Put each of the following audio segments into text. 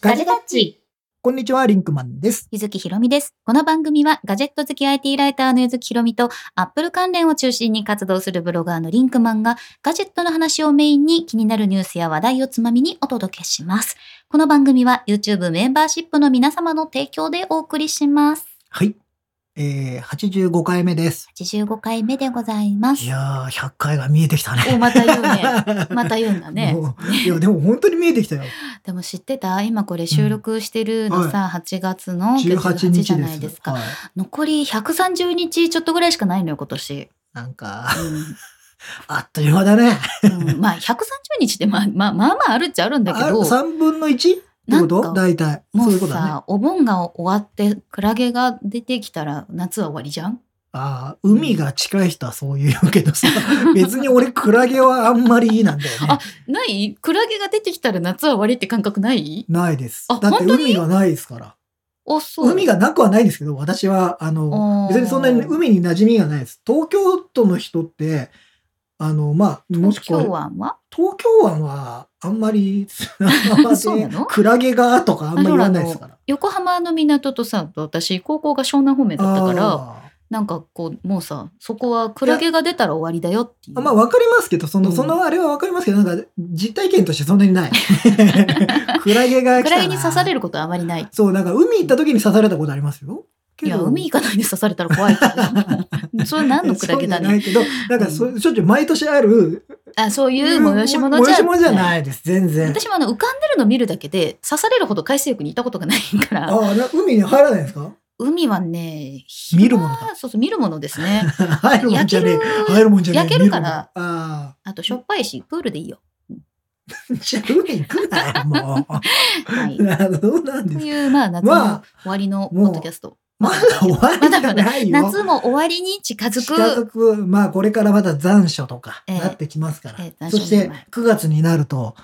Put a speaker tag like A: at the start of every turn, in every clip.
A: ガジェタッチ。
B: こんにちは、リンクマンです。
A: ゆずきひろみです。この番組はガジェット好き IT ライターのゆずきひろみとアップル関連を中心に活動するブロガーのリンクマンがガジェットの話をメインに気になるニュースや話題をつまみにお届けします。この番組は YouTube メンバーシップの皆様の提供でお送りします。
B: はい。えー、85回目です。
A: 85回目でございます
B: い。やー、100回が見えてきたね。
A: お、また言うね。 また言うんだね。
B: もういや、でも本当に見えてきたよ。
A: でも知ってた今これ収録してるのさ、8月の
B: 18
A: 18
B: 日です。
A: じゃないですか。
B: はい
A: 残り130日ちょっとぐらいしかないのよ、今年。
B: なんか、
A: うん
B: あっという間だね。
A: うんまあ130日ってまあまあまあまああるっちゃあるんだけ
B: あ
A: ど、
B: 3分の 1? ってこ
A: な
B: と
A: んか
B: 大体。
A: も
B: そう
A: う
B: いうことだね。
A: さ、お盆が終わってクラゲが出てきたら夏は終わりじゃん
B: ああ、海が近い人はそう言うけ どさ、別に俺、クラゲはあんまりいいなんだよね
A: あ。ないクラゲが出てきたら夏は終わりって感覚ない
B: ないです
A: あ。
B: だって
A: 本当に
B: 海がないですから。
A: おそう。
B: 海がなくはないですけど、私は、あの
A: お、ー
B: 別にそんなに海に馴染みがないです。東京都の人って、あの、まあ、もしこ
A: 東
B: う
A: 京、湾は
B: 東京湾はあんまり、あんまり
A: そうなの
B: クラゲがとかあんまり言わないですから。
A: 横浜の港とさ、私高校が湘南方面だったから、
B: あ
A: なんかこう、もうさ、そこはクラゲが出たら終わりだよってい
B: ー
A: う。
B: まあ、わかりますけど、その、
A: うん
B: そのあれはわかりますけど、なんか、実体験としてそんなに ない。クラゲが来たな
A: クラゲに刺されることはあまりない。
B: そう、なんか海行った時に刺されたことありますよ。け
A: い
B: ど
A: や、海行かないで刺されたら怖いけ ど。それ何のクラゲだ
B: そうじゃな
A: ね。
B: いけど、なんかそ、しょっちゅう毎年ある、
A: あ、そういう催し物じゃ
B: 催し物じゃないです、全然。
A: 私もあの浮かんでるの見るだけで刺されるほど海水浴に行ったことがないから
B: ああ、な海に入らないんです か
A: 海はね
B: 見るものだ
A: だそうそう見るものですね
B: 入るもんじゃねえ
A: 焼ける。
B: 入るもんじゃねえ。
A: 焼けるから
B: 見るもんだ。あ
A: あとしょっぱいしプールでいいよ
B: あ。じゃあ、海行くなよ、 も。
A: はいう
B: なるほどなん
A: と
B: です。
A: いうまあ夏
B: ま
A: の
B: あ
A: 終わりのポッドキャスト
B: まだ終わりじゃないよ。
A: 夏も終わりに近づ
B: 近
A: く
B: づく、まあこれからまだ残暑とか
A: ええ
B: なってきますから。
A: ええ残暑
B: そ
A: に
B: して9月になると、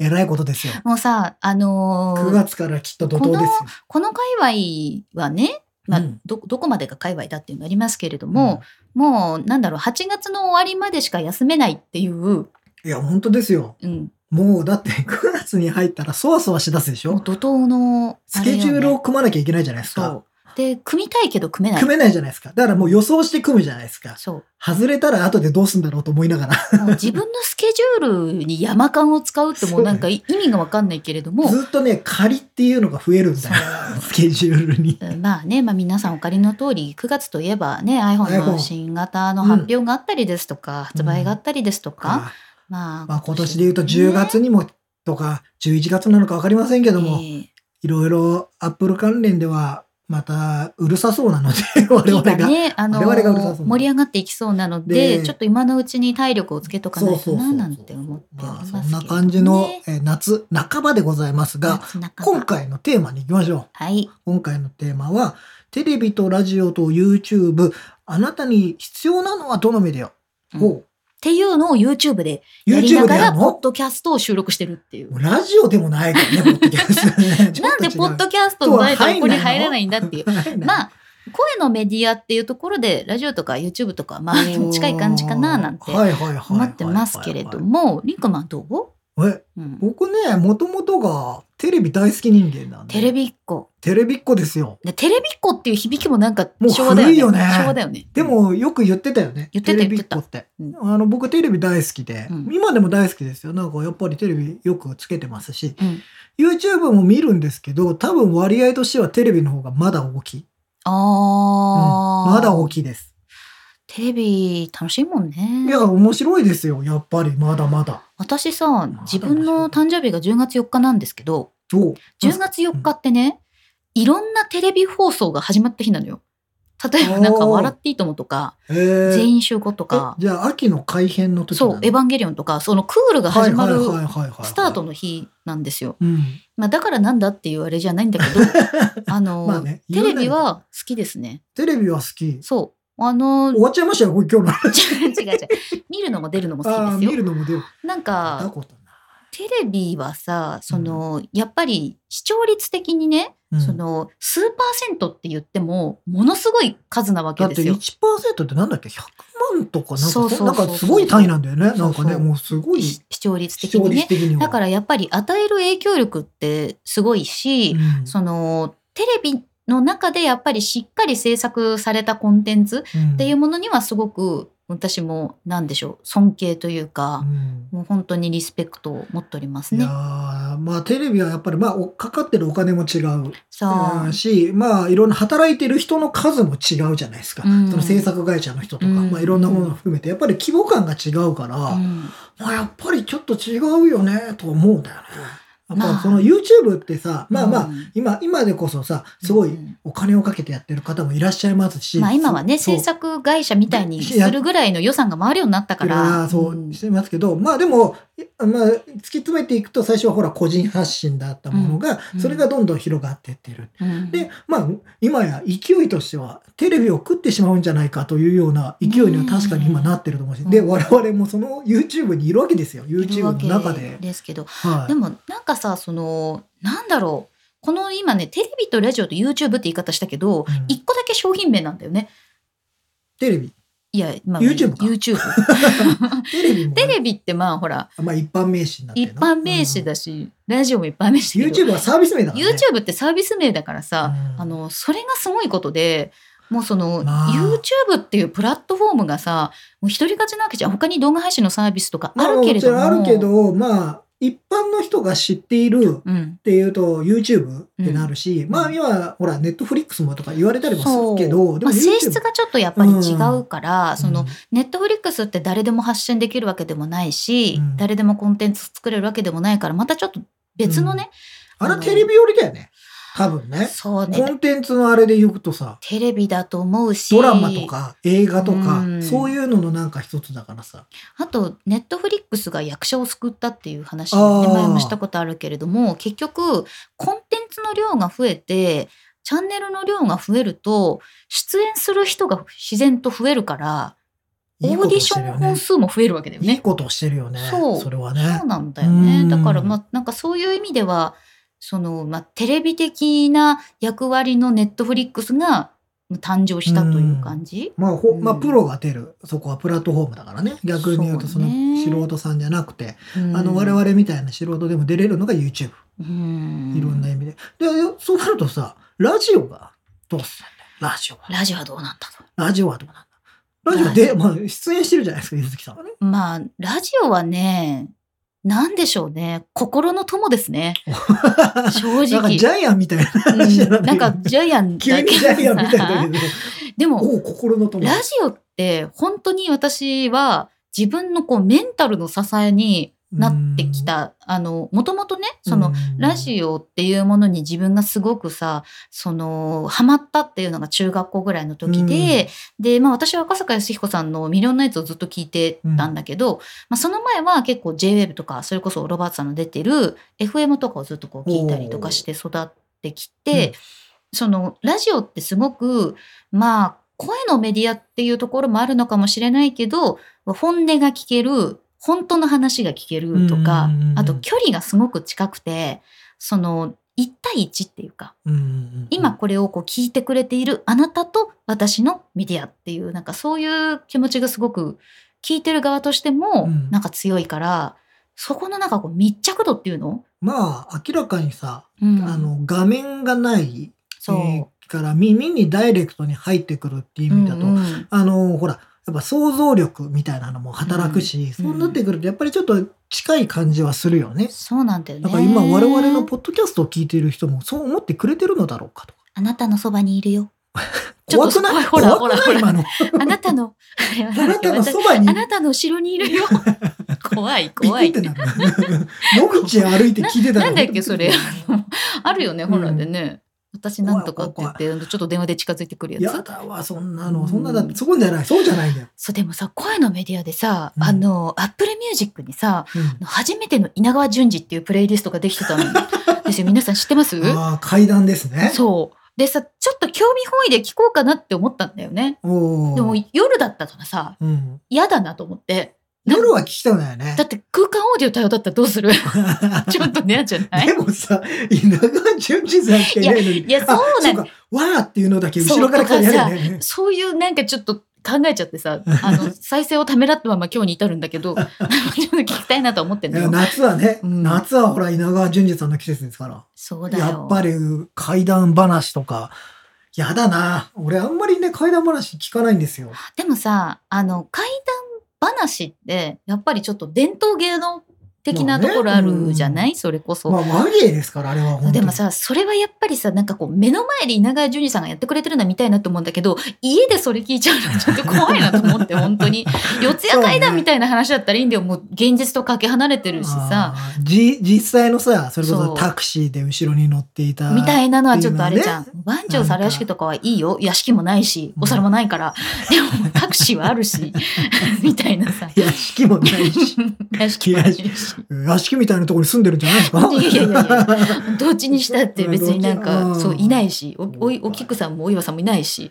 B: えらいことですよ。
A: もうさあのー
B: 9月からきっと怒涛ですよ。
A: この界隈はねまあ
B: うん
A: どどこまでが界隈だっていうのがありますけれども、もうなんだろう8月の終わりまでしか休めないっていう、
B: うん、いや、本当ですよ。
A: うん、
B: もうだって9月に入ったらそわそわしだすでし
A: もう
B: ょ
A: 怒涛の
B: スケジュール
A: を
B: を組まなきゃいけないじゃないですか。
A: そう。で、組みたいけど組めない。
B: 組めないじゃないですか。だからもう予想して組むじゃないですか。
A: そう。
B: 外れたら後でどうすんだろうと思いながら。
A: もう自分のスケジュールに山間を使うってもうなんか意味がわかんないけれども、
B: ずっとね、仮っていうのが増えるんだよ。スケジュールに。
A: うんまあね、まあ皆さんお借りの通り、9月といえばね、iPhone の
B: iPhone
A: 新型の発表があったりですとか、発売があったりですとか、まあ、
B: まあ今年で言うと10月
A: ね
B: にもとか、11月なのか分かりませんけども、
A: え
B: いろいろアップル関連ではまたうるさそうな ので、
A: え
B: 我々
A: 今
B: が。
A: ね、あの
B: 我々がうるさそう
A: 盛り上がっていきそうなので
B: で
A: ちょっと今のうちに体力をつけとかないとな
B: そう
A: なんて思っており
B: ま
A: ま
B: あ
A: す
B: そ
A: けど、ね、
B: んな感じの、えー夏半ばでございますが、
A: 夏半ば
B: 今回のテーマに行きましょう。
A: はい
B: 今回のテーマは、テレビとラジオと YouTube、あなたに必要なのはどのメディア
A: うん
B: ほ
A: っていうのを YouTube で
B: う
A: やりな
B: YouTube で
A: が
B: や
A: ら、
B: る
A: ポ
B: の
A: ッドキャストを収録してるっていう。
B: ラジオでもないけ どね、ポッドキャストねちょ
A: な
B: っ
A: ん
B: と違う
A: でポッドキャストの誰とここに入れないんだっていう。
B: う
A: まあ、声のメディアっていうところで、ラジオとか YouTube とか、まあ、近い感じかな、なんて思
B: 思
A: ってますけれど。も、リンクマンどう
B: え、
A: うん
B: 僕ね、もともとがテレビ大好き人間なんで。
A: テレビっ子。
B: テレビっ子ですよ。
A: でテレビっ子っていう響きもなんか
B: もう
A: 昭和だよ
B: 古
A: ね。
B: いよね
A: 昭和だよね。
B: で、もよく言ってたよね。
A: 言ってた
B: テレビっ子って。
A: 言って
B: あの僕テレビ大好きで、
A: うん
B: 今でも大好きですよ。なんかやっぱりテレビよくつけてますし、
A: うん
B: YouTube も見るんですけど、多分割合としてはテレビの方がまだ大きい。うん
A: あー、
B: まだ大きいです。
A: テレビ楽しいもんね。
B: いや、面白いですよ。やっぱりまだまだ。
A: 私さ、自分の誕生日が10月4日なんですけど、
B: そう。
A: 10月4日ってね、いろんなテレビ放送が始まった日なのよ。例えばなんか、
B: おー
A: 笑っていいともとか、
B: えー
A: 全員集合とか
B: え、じゃあ秋の改編の時
A: そう、エヴァンゲリオンとか、そのクールが始まるスタート
B: の。
A: の日なんですよ。
B: うん。
A: まあ、だからなんだっていうあれじゃないんだけ ど、あの、
B: まあね。
A: テレビ
B: 言わない
A: は好きですね。
B: テレビは好き。
A: そう。あの、違
B: 終わっちゃいましたよ、これ今日の話。
A: う違う違う。見るのも出るのも好
B: ああー、
A: きで
B: 見
A: す
B: る
A: よ。
B: のも出る。
A: なん
B: 見た
A: か、
B: ことない
A: テレビはさ、その、やっぱり視聴率的にね、
B: うん
A: その数パーセントって言ってもものすごい数なわ
B: だ
A: け
B: っ
A: で
B: て
A: すよ。
B: 1%ってなんだっけ100万とかなんか
A: そうそうそう
B: なんかすごい単位なんだよね
A: そうそう
B: なんかねもうすごい
A: 視視聴率
B: 視
A: 的
B: 聴
A: にね
B: 率。的には
A: だからやっぱり与える影響力ってすごいし、
B: うん
A: そのテレビの中でやっぱりしっかり制作されたコンテンツ
B: うん
A: っていうものにはすごく私も何でしょう尊敬というか、
B: うん
A: もう本当にリスペクトを持っております
B: い
A: ね
B: や。ーまあテレビはやっぱりまあおかかってるお金も違う
A: そう、
B: うんしまあいろんな働いてる人の数も違うじゃないですか、
A: うん
B: その制作会社の人とか、
A: うん
B: まあ、いろんなものを含めてやっぱり規模感が違うから、
A: うん
B: まあ、やっぱりちょっと違うよねと思うんだよね。やっ
A: まあ
B: ぱその YouTube ってさ、まあまあ、
A: うん
B: 今今でこそさすごいお金をかけてやってる方もいらっしゃいますし、
A: まあ今はね
B: そう
A: 制作会社みたいにするぐらいの予算が回るようになったか
B: いろい
A: ら
B: ろそ
A: ん
B: うしてますけど、まあでも、いまあ、突き詰めていくと最初はほら個人発信だったものが、
A: うん
B: それがどんどん広がっていってる。
A: うん
B: で、まあ、今や勢いとしてはテレビを食ってしまうんじゃないかというような勢いには確かに今なってると思うし、
A: うん
B: で我々もその YouTube にいるわけですよ
A: いるわ
B: YouTube
A: け
B: の中で。
A: ですけど
B: はい、
A: でもなんかさそのなんだろうこの今ねテレビとラジオと YouTube って言い方したけど
B: うん
A: 一個だけ商品名なんだよね
B: テレビ
A: いや、まあ、
B: YouTube か
A: YouTube
B: テレビもね、
A: テレビってまあほら
B: まあ一般名詞になって
A: 一
B: るな
A: 般名詞、だし、ラジオも一般名詞
B: うん
A: だけど
B: YouTube はサービス名だから、ね、
A: YouTube ってサービス名だからさ、
B: うん
A: あのそれがすごいことでもうその、
B: まあ
A: YouTube っていうプラットフォームがさもう独り勝ちなわけじゃん他に動画配信のサービスとかあるけれども,、
B: まあ、もちろんあるけどまあ一般の人が知っている
A: うん、
B: っていうと YouTube ってなるし、
A: ん
B: まあ今ほら Netflix もとか言われたりもするけどで
A: ま
B: も
A: あ、性質がちょっとやっぱり違うから、
B: うん
A: そのネットフリックスって誰でも発信できるわけでもないし、
B: うん
A: 誰でもコンテンツ作れるわけでもないからまたちょっと別のね、
B: あれはテレビ寄りだよね多分ね
A: そうね
B: コンテンツのあれで言うとさ
A: テレビだと思うし
B: ドラマとか映画とか、
A: うん
B: そういうののなんか一つだからさ
A: あとネットフリックスが役者を救ったっていう話をね
B: あー
A: 前もしたことあるけれども結局コンテンツの量が増えてチャンネルの量が増えると出演する人が自然と増えるからオ
B: いい
A: ー
B: こ
A: ディ
B: とし
A: シ
B: てる
A: ョ
B: よ
A: ン本
B: ね
A: 数も増えるわけだよね。
B: いいことをしてるよね
A: そう
B: れはね
A: そうなんだよね
B: うん
A: だからまあなんかそういう意味ではその、まあ、テレビ的な役割のネットフリックスが誕生したという感じ。
B: まあ、ほ
A: うん
B: まあプロが出るそこはプラットフォームだからね逆に言うと
A: そ
B: そうの
A: ね
B: 素人さんじゃなくて、
A: うん
B: あの我、々みたいな素人でも出れるのが YouTube
A: うん
B: いろんな意味で、でそうなるとさラジオがどうするんだよラジオは
A: ラジオはどうなんだと。
B: ラジオはどうなんだラジオで、まあ、出演してるじゃないですか柚月さんはね
A: まあ、ラジオはね、なんでしょうね。心の友ですね。
B: なんか
A: 正直。
B: ジャイアンみたいな話じゃ
A: う
B: なん
A: なん
B: い
A: かジャイアン
B: 急に
A: ど
B: ジ
A: さ
B: ャイアンみたいだけど、
A: で も、
B: おう心の友
A: ラジオって本当に私は自分のこうメンタルの支えになってきた。あの、もともとね、その、ラジオっていうものに自分がすごくさそのハマったっていうのが中学校ぐらいの時で、で、まあ、私は赤坂康彦さんの「ミリオンナイツ」をずっと聞いてたんだけど、まあ、その前は結構 JWEB とかそれこそロバートさんの出てる FM とかをずっとこう聞いたりとかして育ってきて、
B: うん
A: そのラジオってすごくまあ声のメディアっていうところもあるのかもしれないけど本音が聞ける本当の話が聞けるとか、
B: うんうんうん
A: あと距離がすごく近くてその1対1っていうか
B: うんうん
A: 今これをこう聞いてくれているあなたと私のメディアっていうなんかそういう気持ちがすごく聞いてる側としても
B: うん
A: なんか強いから、そこのなんかこう密着度っていうの,、
B: まあ明らかにさ、
A: うん、
B: あの画面がない
A: そう、
B: えーから耳にダイレクトに入ってくるっていう意味だと、
A: うんうん
B: あのほらやっぱ想像力みたいなのも働くし、そうなってくるとやっぱりちょっと近い感じはするよね。
A: そうなんだよね
B: だから今我々のポッドキャストを聞いている人もそう思ってくれてるのだろうかとか。
A: あなたのそばにいるよちょ
B: 怖
A: っと
B: くない
A: ほらほ
B: 怖
A: ら
B: くない
A: ほら
B: 今の。
A: あなた の
B: あなたのそば
A: あ
B: に
A: なたの後ろにい るよ怖い怖い
B: ビクってなる。野口歩いて聞いてた
A: な
B: ら
A: んだっけそれあの あるよね
B: うん
A: 本来でね、私なんとかって言ってちょっと電話で近づいてくる
B: い
A: や
B: や
A: つ
B: だわそんな
A: うん
B: のそんなだってそうじゃないそうじゃないんだよ。
A: そうでもさ声のメディアでさ、
B: うん
A: あのアップルミュージックにさ
B: うん
A: 初めての稲川淳二っていうプレイリストができて たのですよ皆さん知ってます
B: ああ階段ですね。
A: そうでさちょっと興味本位で聞こうかなって思ったんだよね
B: おー
A: でも夜だったからさ
B: うん
A: 嫌だなと思って
B: 夜は聞きたくないよね
A: だ。って空間オーディオ対応だったらどうす るちょっとね、じゃない
B: でもさ、稲川淳二さんしかいないのに。
A: いやいや
B: あ
A: そうなん
B: か。わーっていうのだけ後ろから来たら嫌だよね。
A: そういうなんかちょっと考えちゃってさ、あ の、再生をためらったまま今日に至るんだけど、ちょっと聞きたいなとは思ってん
B: い
A: だ
B: や
A: よ。
B: 夏はね、
A: うん
B: 夏はほら稲川淳二さんの季節ですから。
A: そうだよ。
B: やっぱり怪談話とか、やだな。俺あんまりね、怪談話聞かないんですよ。
A: でもさ、あの、怪談話って、やっぱりちょっと伝統芸能的な
B: まあ
A: と
B: ね
A: ころあるじゃない、それこそ。
B: まあ和芸ですから、あれは本当に。
A: でもさ、それはやっぱりさ、なんかこう、目の前で稲川淳二さんがやってくれてるのは見たいなと思うんだけど、家でそれ聞いちゃうのはちょっと怖いなと思って、本当に。四谷怪談みたいな話だったらいいんだよ。もう現実とかけ離れてるし
B: あ
A: さ。
B: ーじ実際のさ、それこ
A: そ
B: そうタクシーで後ろに乗っていた。
A: みたいなのはちょっとあれじゃ
B: っ
A: ん。番長猿屋敷とかはいいよ。屋敷もないし、お皿もないから。 でも、タクシーはあるし、みたいなさ。
B: 屋敷もない し、
A: 屋敷もあるし。
B: 屋敷みたいなところに住んでるんじゃないですか
A: いやいやいやいやどっちにしたって別になんか、そう、いないし、お、おい、お菊さんもお岩さんもいないし。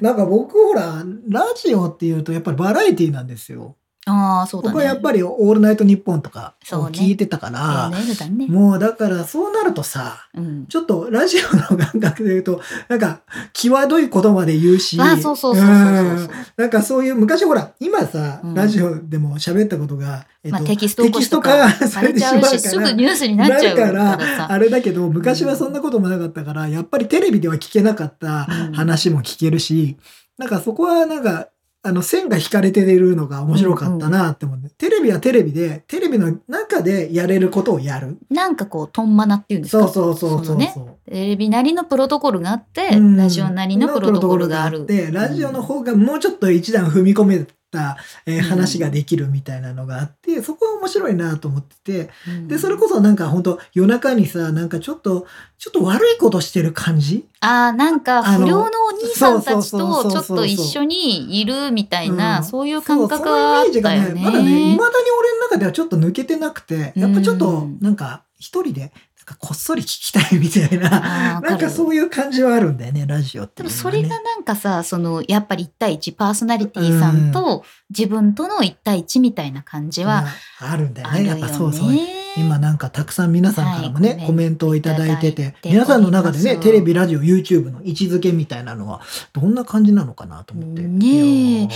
B: なんか僕ほら、ラジオっていうとやっぱりバラエティなんですよ。
A: ああ、そうだね。
B: 僕はやっぱりオールナイトニッポンとかを
A: そうね
B: 聞いてたか
A: あ
B: ら、
A: あ、ね、だね。
B: もうだからそうなるとさ、
A: うん。
B: ちょっとラジオの感覚で言うと、なんか、際どいことまで言うし、
A: ああ、そうそうそうそうそう
B: うんなんかそういう、昔ほら、今さ、
A: うん
B: ラジオでも喋ったことが、えっと
A: まあテキスト起こしと
B: テ
A: か
B: キスト化
A: さ
B: され
A: れ
B: て
A: ち
B: し
A: ゃ
B: まう
A: う
B: か
A: し、すぐ
B: ら、
A: ニュースになっちゃう
B: な
A: か
B: る
A: らさ。
B: あれだけど、昔はそんなこともなかったから、やっぱりテレビでは聞けなかった
A: うん
B: 話も聞けるし、なんかそこはなんか、あの線が引かれてるのが面白かったなって思うんで、テレビはテレビで、テレビの中でやれることをやる。
A: なんかこう、トンマナっていうんですか
B: そうそうそう
A: そ
B: そう
A: のね
B: そう。
A: テレビなりのプロトコルがあって、
B: うん
A: ラジオなりのプロトコルがある。
B: で、ラジオの方がもうちょっと一段踏み込めた、えー
A: うん
B: 話ができるみたいなのがあって、そこは面白いなと思ってて、
A: うん
B: で、それこそなんか本当夜中にさ、なんかちょっと、ちょっと悪いことしてる感じ
A: ああ、なんか
B: あの
A: 不良のお兄さんたち
B: そうそ
A: と
B: う
A: ち
B: そう
A: ょっ
B: そうそう
A: と一緒にいるみたい
B: うん
A: な、そういう感覚
B: そうそ
A: はあ
B: のイメー
A: っ
B: ジ
A: た
B: が
A: よ
B: まだね、未
A: ね。
B: だに俺の中ではちょっと抜けてなくて、やっぱちょっ
A: う
B: と
A: ん
B: なんか一人で、なんかこっそり聞きたいみたいな、
A: あー
B: な
A: わ
B: ん
A: か
B: か
A: る
B: そういう感じはあるんだよね、ラジオって
A: で
B: い
A: も
B: うの
A: そ
B: はね、
A: れがなんかさ、その、やっぱり1対1、パーソナリティさんと自分との1対1みたいな感じは
B: うんあるんだよ
A: あ
B: ね、
A: る
B: や
A: よ
B: っ
A: ね。
B: ぱそうそう。今なんかたくさん皆さんからもね、
A: はい
B: コメントをいただいて
A: い
B: て
A: ただい、て
B: 皆さんの中で
A: おり
B: ね、
A: ます
B: テレビ、ラジオ、YouTube の位置づけみたいなのは、どんな感じなのかなと思って。
A: ねえ
B: いやー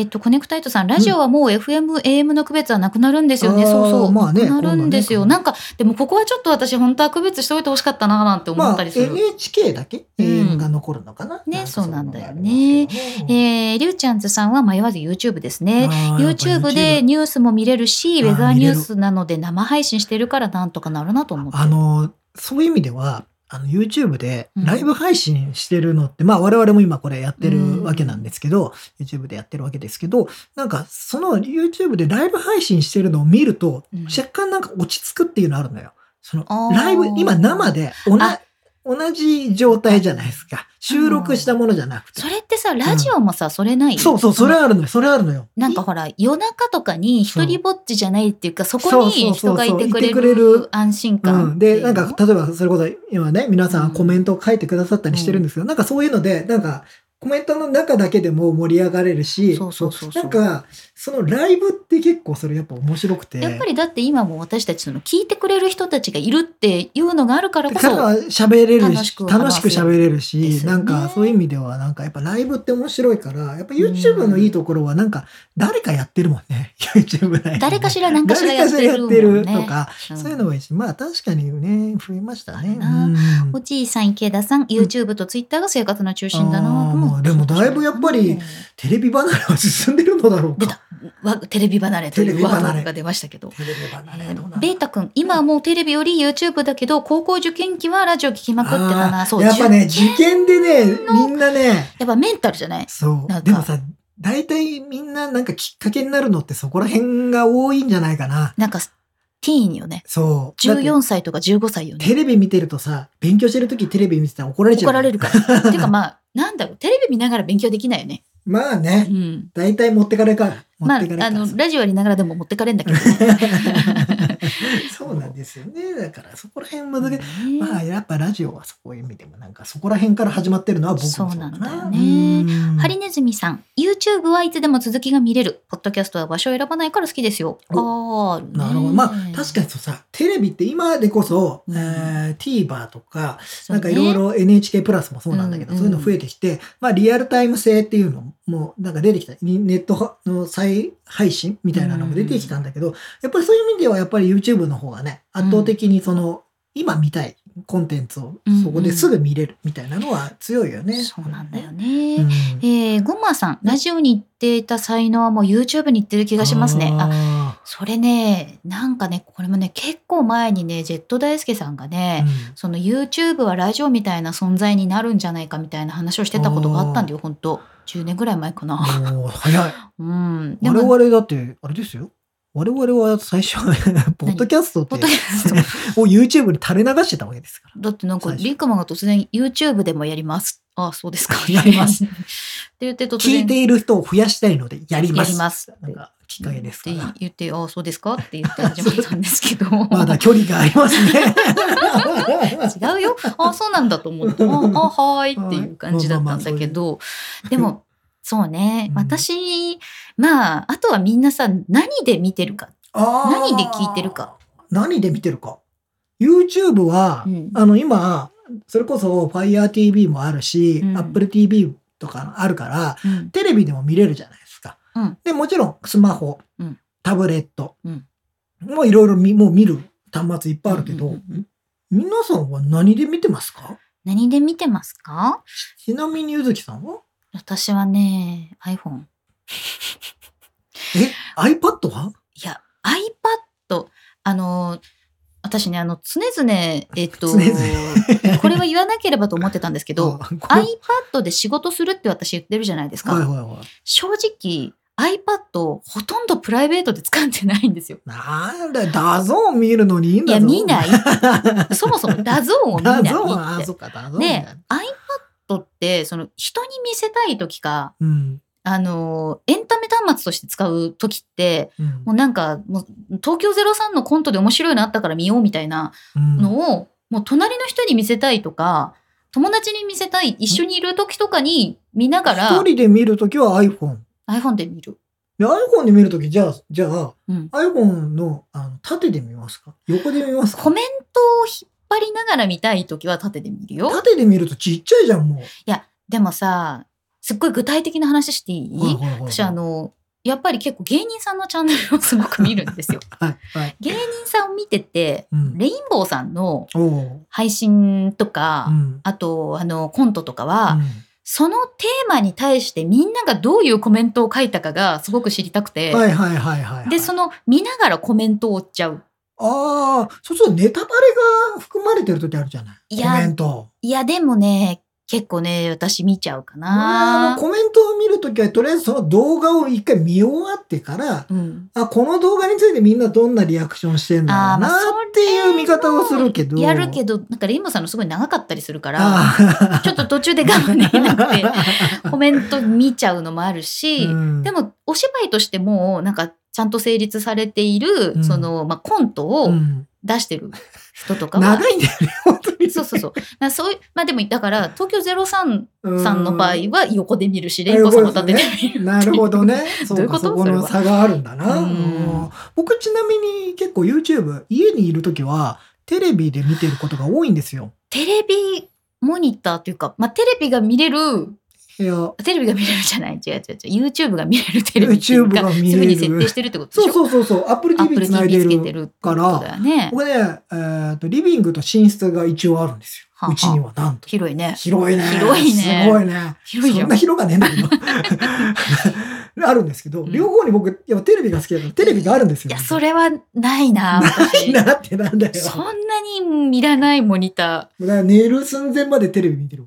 A: えっ、と、コネクタイトさん、ラジオはもう FM、AM の区別はなくなるんですよね。
B: あー
A: そうそう。
B: まあね
A: なくなるんですよ。
B: 今度
A: な
B: は
A: んか、でもここはちょっと私、本当は区別しておいてほしかったな、なんて思
B: ま
A: っ
B: あ、
A: たりする。
B: NHK だけ、
A: うん
B: 永遠が残るのかな。
A: ね
B: いのがありますけどね
A: えー、りゅうちゃんずさんは迷わず YouTube ですね。
B: あーやっぱ
A: YouTube でニュースも見れるし、
B: あ
A: ウ
B: ー
A: ェザーニュースなので生配信してるからなんとかなるなと思って。
B: あの、そういう意味では、あの、YouTube で
A: うん
B: ライブ配信してるのって、まあ我々も今これやって
A: うん
B: るわけなんですけど、YouTube でやってるわけですけど、なんかその YouTube でライブ配信してるのを見ると、
A: うん
B: 若干なんか落ち着くっていうのあるのよ。その
A: あー
B: ライブ、今生で同
A: あ
B: 同じ状態じゃないですか。収録したものじゃなくて。
A: それってさ、ラジオもさ、それない
B: そうそう、それあるのよ、それあるのよ。
A: なんかほら、夜中とかに一人ぼっちじゃないっていうか、そこ
B: そうそう
A: に
B: そうそう
A: 人がいてくれ
B: いてくれる
A: る安心
B: う
A: 感
B: ん、
A: っ
B: で、
A: ていうの。
B: なんか、例えば、それこそ、今ね、皆さんコメントを書いてくださったりしてるんですけど、なんかそういうので、なんか、コメントの中だけでも盛り上がれるし、
A: そうそうそうそう
B: なんか、そのライブって結構それやっぱ面白くて。
A: やっぱりだって今も私たちその聞いてくれる人たちがいるっていうのがあるからこ
B: だ から
A: そ、
B: 喋れる
A: 楽し
B: し、
A: く話せる
B: 楽しく喋れる
A: で
B: し、
A: すよね
B: なんかそういう意味では、なんかやっぱライブって面白いから、やっぱ YouTube のいいところはなんか誰かやってるもんね。YouTube ライブ。
A: 誰かしら何かしらやってるもん
B: 誰かしらや
A: ね。
B: ってるとか、
A: うん
B: そういうのもいいし、まあ確かにね、増えましたね。
A: あるな
B: うん
A: おじいさん、池田さん、YouTube と Twitter が生活の中心だな
B: あーまあでもだいぶやっぱり
A: うん
B: テレビ離れは進んでるのだろう
A: 出
B: か
A: た。わテレビ離れとい
B: テレ
A: う
B: ビ
A: ワ
B: 離れ
A: ードが出ましたけど。
B: テレビ離れどうなんだ
A: ベータ君、今はもうテレビより YouTube だけど、高校受験期はラジオ聞きまくってた
B: あ
A: な。
B: ー
A: そう、
B: やっぱね、
A: 受験
B: 受験でね、みんなね、
A: やっぱメンタルじゃない
B: そ
A: なん
B: う。
A: か
B: でもさ、大体みんななんかきっかけになるのってそこら辺が多いんじゃないかな。
A: なんか、ティーンよね。
B: そう。だっ
A: 14歳とか15歳よ
B: て
A: ね。
B: テレビ見てるとさ、勉強してるときテレビ見てたら怒られちゃう。
A: 怒られるか ら。てかまあ、なんだろう、テレビ見ながら勉強できないよね。
B: まあ
A: う
B: ね、
A: ん。
B: 大体持ってかれるから。持
A: ま
B: っ
A: あ
B: てかれる、
A: あ
B: から
A: の
B: さ。、
A: ラジオやりながらでも持ってかれんだけど。
B: そうなんですよね。だから そこら辺難しい。
A: ね
B: まあやっぱラジオはそういう意味でもなんかそこら辺から始まってるのは僕もそうかな。
A: そうなんだよね
B: うん
A: ハリネズミさん、YouTube はいつでも続きが見れる。ポッドキャストは場所を選ばないから好きですよ。ああ、
B: なるほど。まあ確か
A: に、
B: にそうさ、テレビって今でこそ、
A: うん
B: えー TVer とか、
A: そう
B: なん
A: ね
B: かいろい。ろ NHK プラスもそうなんだけど、
A: うんうん
B: そういうの増えてきて、まあリアルタイム性っていうのもなんか出てきた。にネットの再配信みたいなのも出てきたんだけど、やっぱりそういう意味ではやっぱり YouTube の方がね、圧倒的にその、今見たいコンテンツをそこですぐ見れるみたいなのは強いよね。
A: そうなんだよ
B: う
A: ね。
B: ん。
A: えー、ゴンマーさん、ラジオに行っていた才能はもう YouTube に行ってる気がしますね。あ
B: あ
A: それね、なんかね、これもね、結構前にね、ジェット大輔さんが
B: ー
A: ね、その YouTube はラジオみたいな存在になるんじゃないかみたいな話をしてたことがあったんだよ、本当10年ぐらい前 かな。
B: うんもう早い。
A: うん。で
B: 我
A: も、
B: 々だって、あれですよ。我々は最初、ポッドキャストって
A: ポッドキャスト、
B: を YouTube に垂れ流してたわけですから。
A: だってなんか、
B: 最初
A: リンカマンが突然 YouTube でもやります。あそうですか。
B: やります。
A: って言って突
B: 聞
A: 然。
B: いている人を増やしたいので、やります。
A: やります
B: なんか、きっかけですか
A: っ
B: ら
A: て。言って、あそうですかって言って始まったんですけど。
B: まだ距離があります ね。
A: 違うよ。あそうなんだと 思って。ああ、はーいっていう感じだったんだけど。でも、そうね。
B: うん
A: 私、まあ、あとはみんなさ、何で見てるか。
B: あー
A: 何で聞いてるか。
B: 何で見てるか。YouTube は、
A: うん
B: あの、今、それこそ Fire TV もあるし、
A: うん
B: Apple TV とかあるから、
A: うん。
B: テレビでも見れるじゃないですか。
A: うん
B: で、もちろんスマホ、
A: うん
B: タブレット、
A: うん
B: もういろいろみもう見る端末いっぱいあるけど、
A: うんうんうん
B: 皆さんは何で見てますか
A: 何で見てますか
B: ちなみにゆずきさんは
A: 私はね、iPhone。
B: え ?iPad はい
A: や、iPad、あの、私ね、あの、常々、えっと、
B: 常々
A: これは言わなければと思ってたんですけ ど、
B: あこれ
A: iPad で仕事するって私言ってるじゃないですか。
B: はいはいはい。
A: 正直、iPad をほとんどプライベートで使ってないんで すよ。
B: なんだよ、ダゾーン見るのにいいん
A: い
B: だ
A: や、
B: ぞ。
A: 見ない そもそもダゾーンを見な
B: ダ
A: いって。
B: ゾーンは、あ、そっか、ダゾーン
A: で
B: ね。、
A: iPad って、その、人に見せたい時か、
B: うん。
A: あの、エンタメ端末として使う時って、
B: うん
A: もうなんか、もう、東京03のコントで面白いのあったから見ようみたいな、
B: うん
A: のを、もう隣の人に見せたいとか、友達に見せたい、一緒にいる時とかに見ながら
B: 一、人で見るときは iPhone。
A: iPhone で見る。
B: で iPhone で見るとき、じゃあ、じゃあ、
A: うん
B: iPhone のあの縦で見ますか横で見ますか
A: コメントを引っ張りながら見たい時は縦で見るよ。
B: 縦で見るとちっちゃいじゃん、もう。
A: でもさ、すっごい具体的な話していい、
B: はいはいはい
A: 私あ、の、やっぱり結構芸人さんのチャンネルを すごく見る んですよ。
B: はいはい。
A: 芸人さんを見てて、
B: うん。
A: レインボーさんの
B: おう
A: 配信とか、
B: うん。
A: あと、あの、コントとか
B: う
A: は、
B: ん
A: そのテーマに対してみんながどういうコメントを書いたかがすごく知りたくて、
B: はいはいはいはい。
A: で、そ
B: の、
A: の見ながらコメントを追っちゃう。
B: ああ、そうそう、ネタバレが含まれてるときあるじゃない
A: いや
B: コメント。
A: いや、でもね、結構ね、私見ちゃうか
B: あ
A: な
B: の。コメントを見るときは、とりあえずその動画を一回見終わってから、
A: うん。
B: あ、この動画についてみんなどんなリアクションしてんだろ
A: あ
B: う
A: ー
B: な
A: まあそれ
B: っていう見方をするけど。
A: やるけ
B: ど。
A: ど、なんかレインボーさんのすごい長かったりするから、
B: ああ。
A: ちょっと途中で我慢でき なくて、コメント見ちゃうのもあるし、
B: うん
A: でもお芝居としても、なんかちゃんと成立されている、
B: うん
A: その、まあ、コント
B: う
A: を
B: ん
A: 出してる人とかは、
B: 長いんだよね、 本当に。
A: そうそうそう。まあそういう、まあでも、だから、東京03さんの場合
B: うん
A: は横で見るし、レインボーさんも立てて見る。
B: なるほど ね。そう
A: どういう
B: か、
A: こと
B: そこ
A: それ
B: の
A: は
B: 差があるんだな。
A: うん
B: うん僕ちなみに結構 YouTube、家にいるときはテレビで見てることが多いんですよ。
A: テレビモニターというか、まあテレビが見れる、
B: いや、
A: テレビが見れるじゃない違う違う違う。YouTube が見れるテレビっていう
B: YouTube
A: か。
B: が見れる
A: すぐに設定してるってことでし
B: そう
A: ょ
B: そうそうそう、Apple
A: アップ
B: TV
A: ル
B: つないで
A: TV つけて
B: る。
A: るってことだよね。
B: 僕ね、えーと、リビングと寝室が一応あるんです
A: はあ
B: よ。
A: はあ
B: うちにはなんと。
A: 広いね。
B: 広いね。
A: 広いね
B: すごいね。
A: 広いじゃ
B: そん
A: ん
B: な。広がねえんだけど。 あるんですけど、
A: うん
B: 両方に僕、やっぱテレビが好きだから、テレビがあるんですよ。
A: いや、それはないな、私。
B: なってなんだよ。
A: そんなに見らないモニター。
B: だから寝る寸前までテレビ見てる。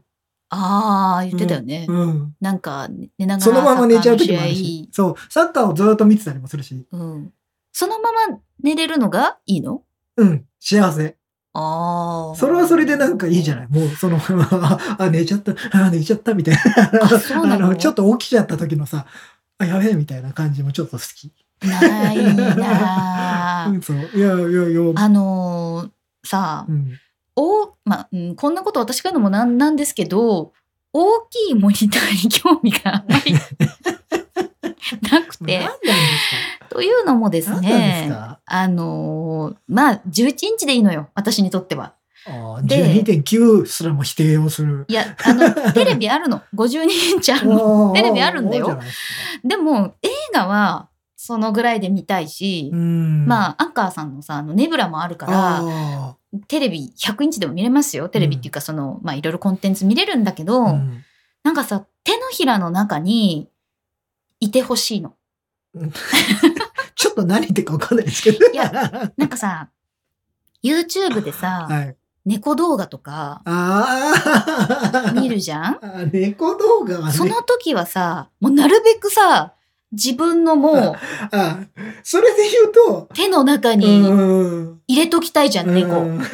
A: ああ、言ってたよね。
B: うん。
A: なんか、寝ながら
B: そのまま寝ちゃう時
A: サッ
B: も
A: カ
B: あ
A: ーの
B: る
A: 試合
B: し。そう。サッカーをずっと見てたりもするし。
A: うん。そのまま寝れるのがいいの
B: うん。幸せ。
A: ああ。
B: それはそれでなんかいいじゃないもうその、 あ、あ寝ちゃった、あ、寝ちゃったみたいな。
A: あそうなの
B: ちょっと起きちゃった時のさ、あ、やべえみたいな感じもちょっと好き。
A: ないなあ
B: ううん、そう。いやいやいや。
A: あのーさあ、
B: うん、
A: おまあうん、こんなこと私が言うのもなんなんですけど大きいモニターに興味があま りなく
B: 何
A: て
B: なんです
A: というのもで
B: か
A: す
B: 何なんです
A: ね
B: か
A: あのーまあ11インチでいいのよ私にとっては。
B: ああ
A: で
B: 12.9すらも否定をする。
A: いや あのテレビあるの52インチあるの。
B: おー
A: テレビあるんだよ
B: 多いじゃないですか
A: でも映画はそのぐらいで見たいし、
B: うん、
A: まあアンカーさんのさあのネブラもあるから
B: あ
A: テレビ100インチでも見れますよテレビっていうかその、まあいろいろコンテンツ見れるんだけど、
B: ーうん
A: なんかさ手のひらの中にいてほしいの。
B: ちょっと何言ってるか分かんないですけど。
A: いやなんかさ YouTube でさ、
B: はい。
A: 猫動画とか
B: ああ。
A: 見るじゃん
B: あ猫動画はね。
A: その時はさもうなるべくさ自分のも
B: あそれで言うと、
A: う手の中
B: う
A: に
B: ーん。
A: 入れときたいじゃん、
B: う
A: 猫。
B: んあ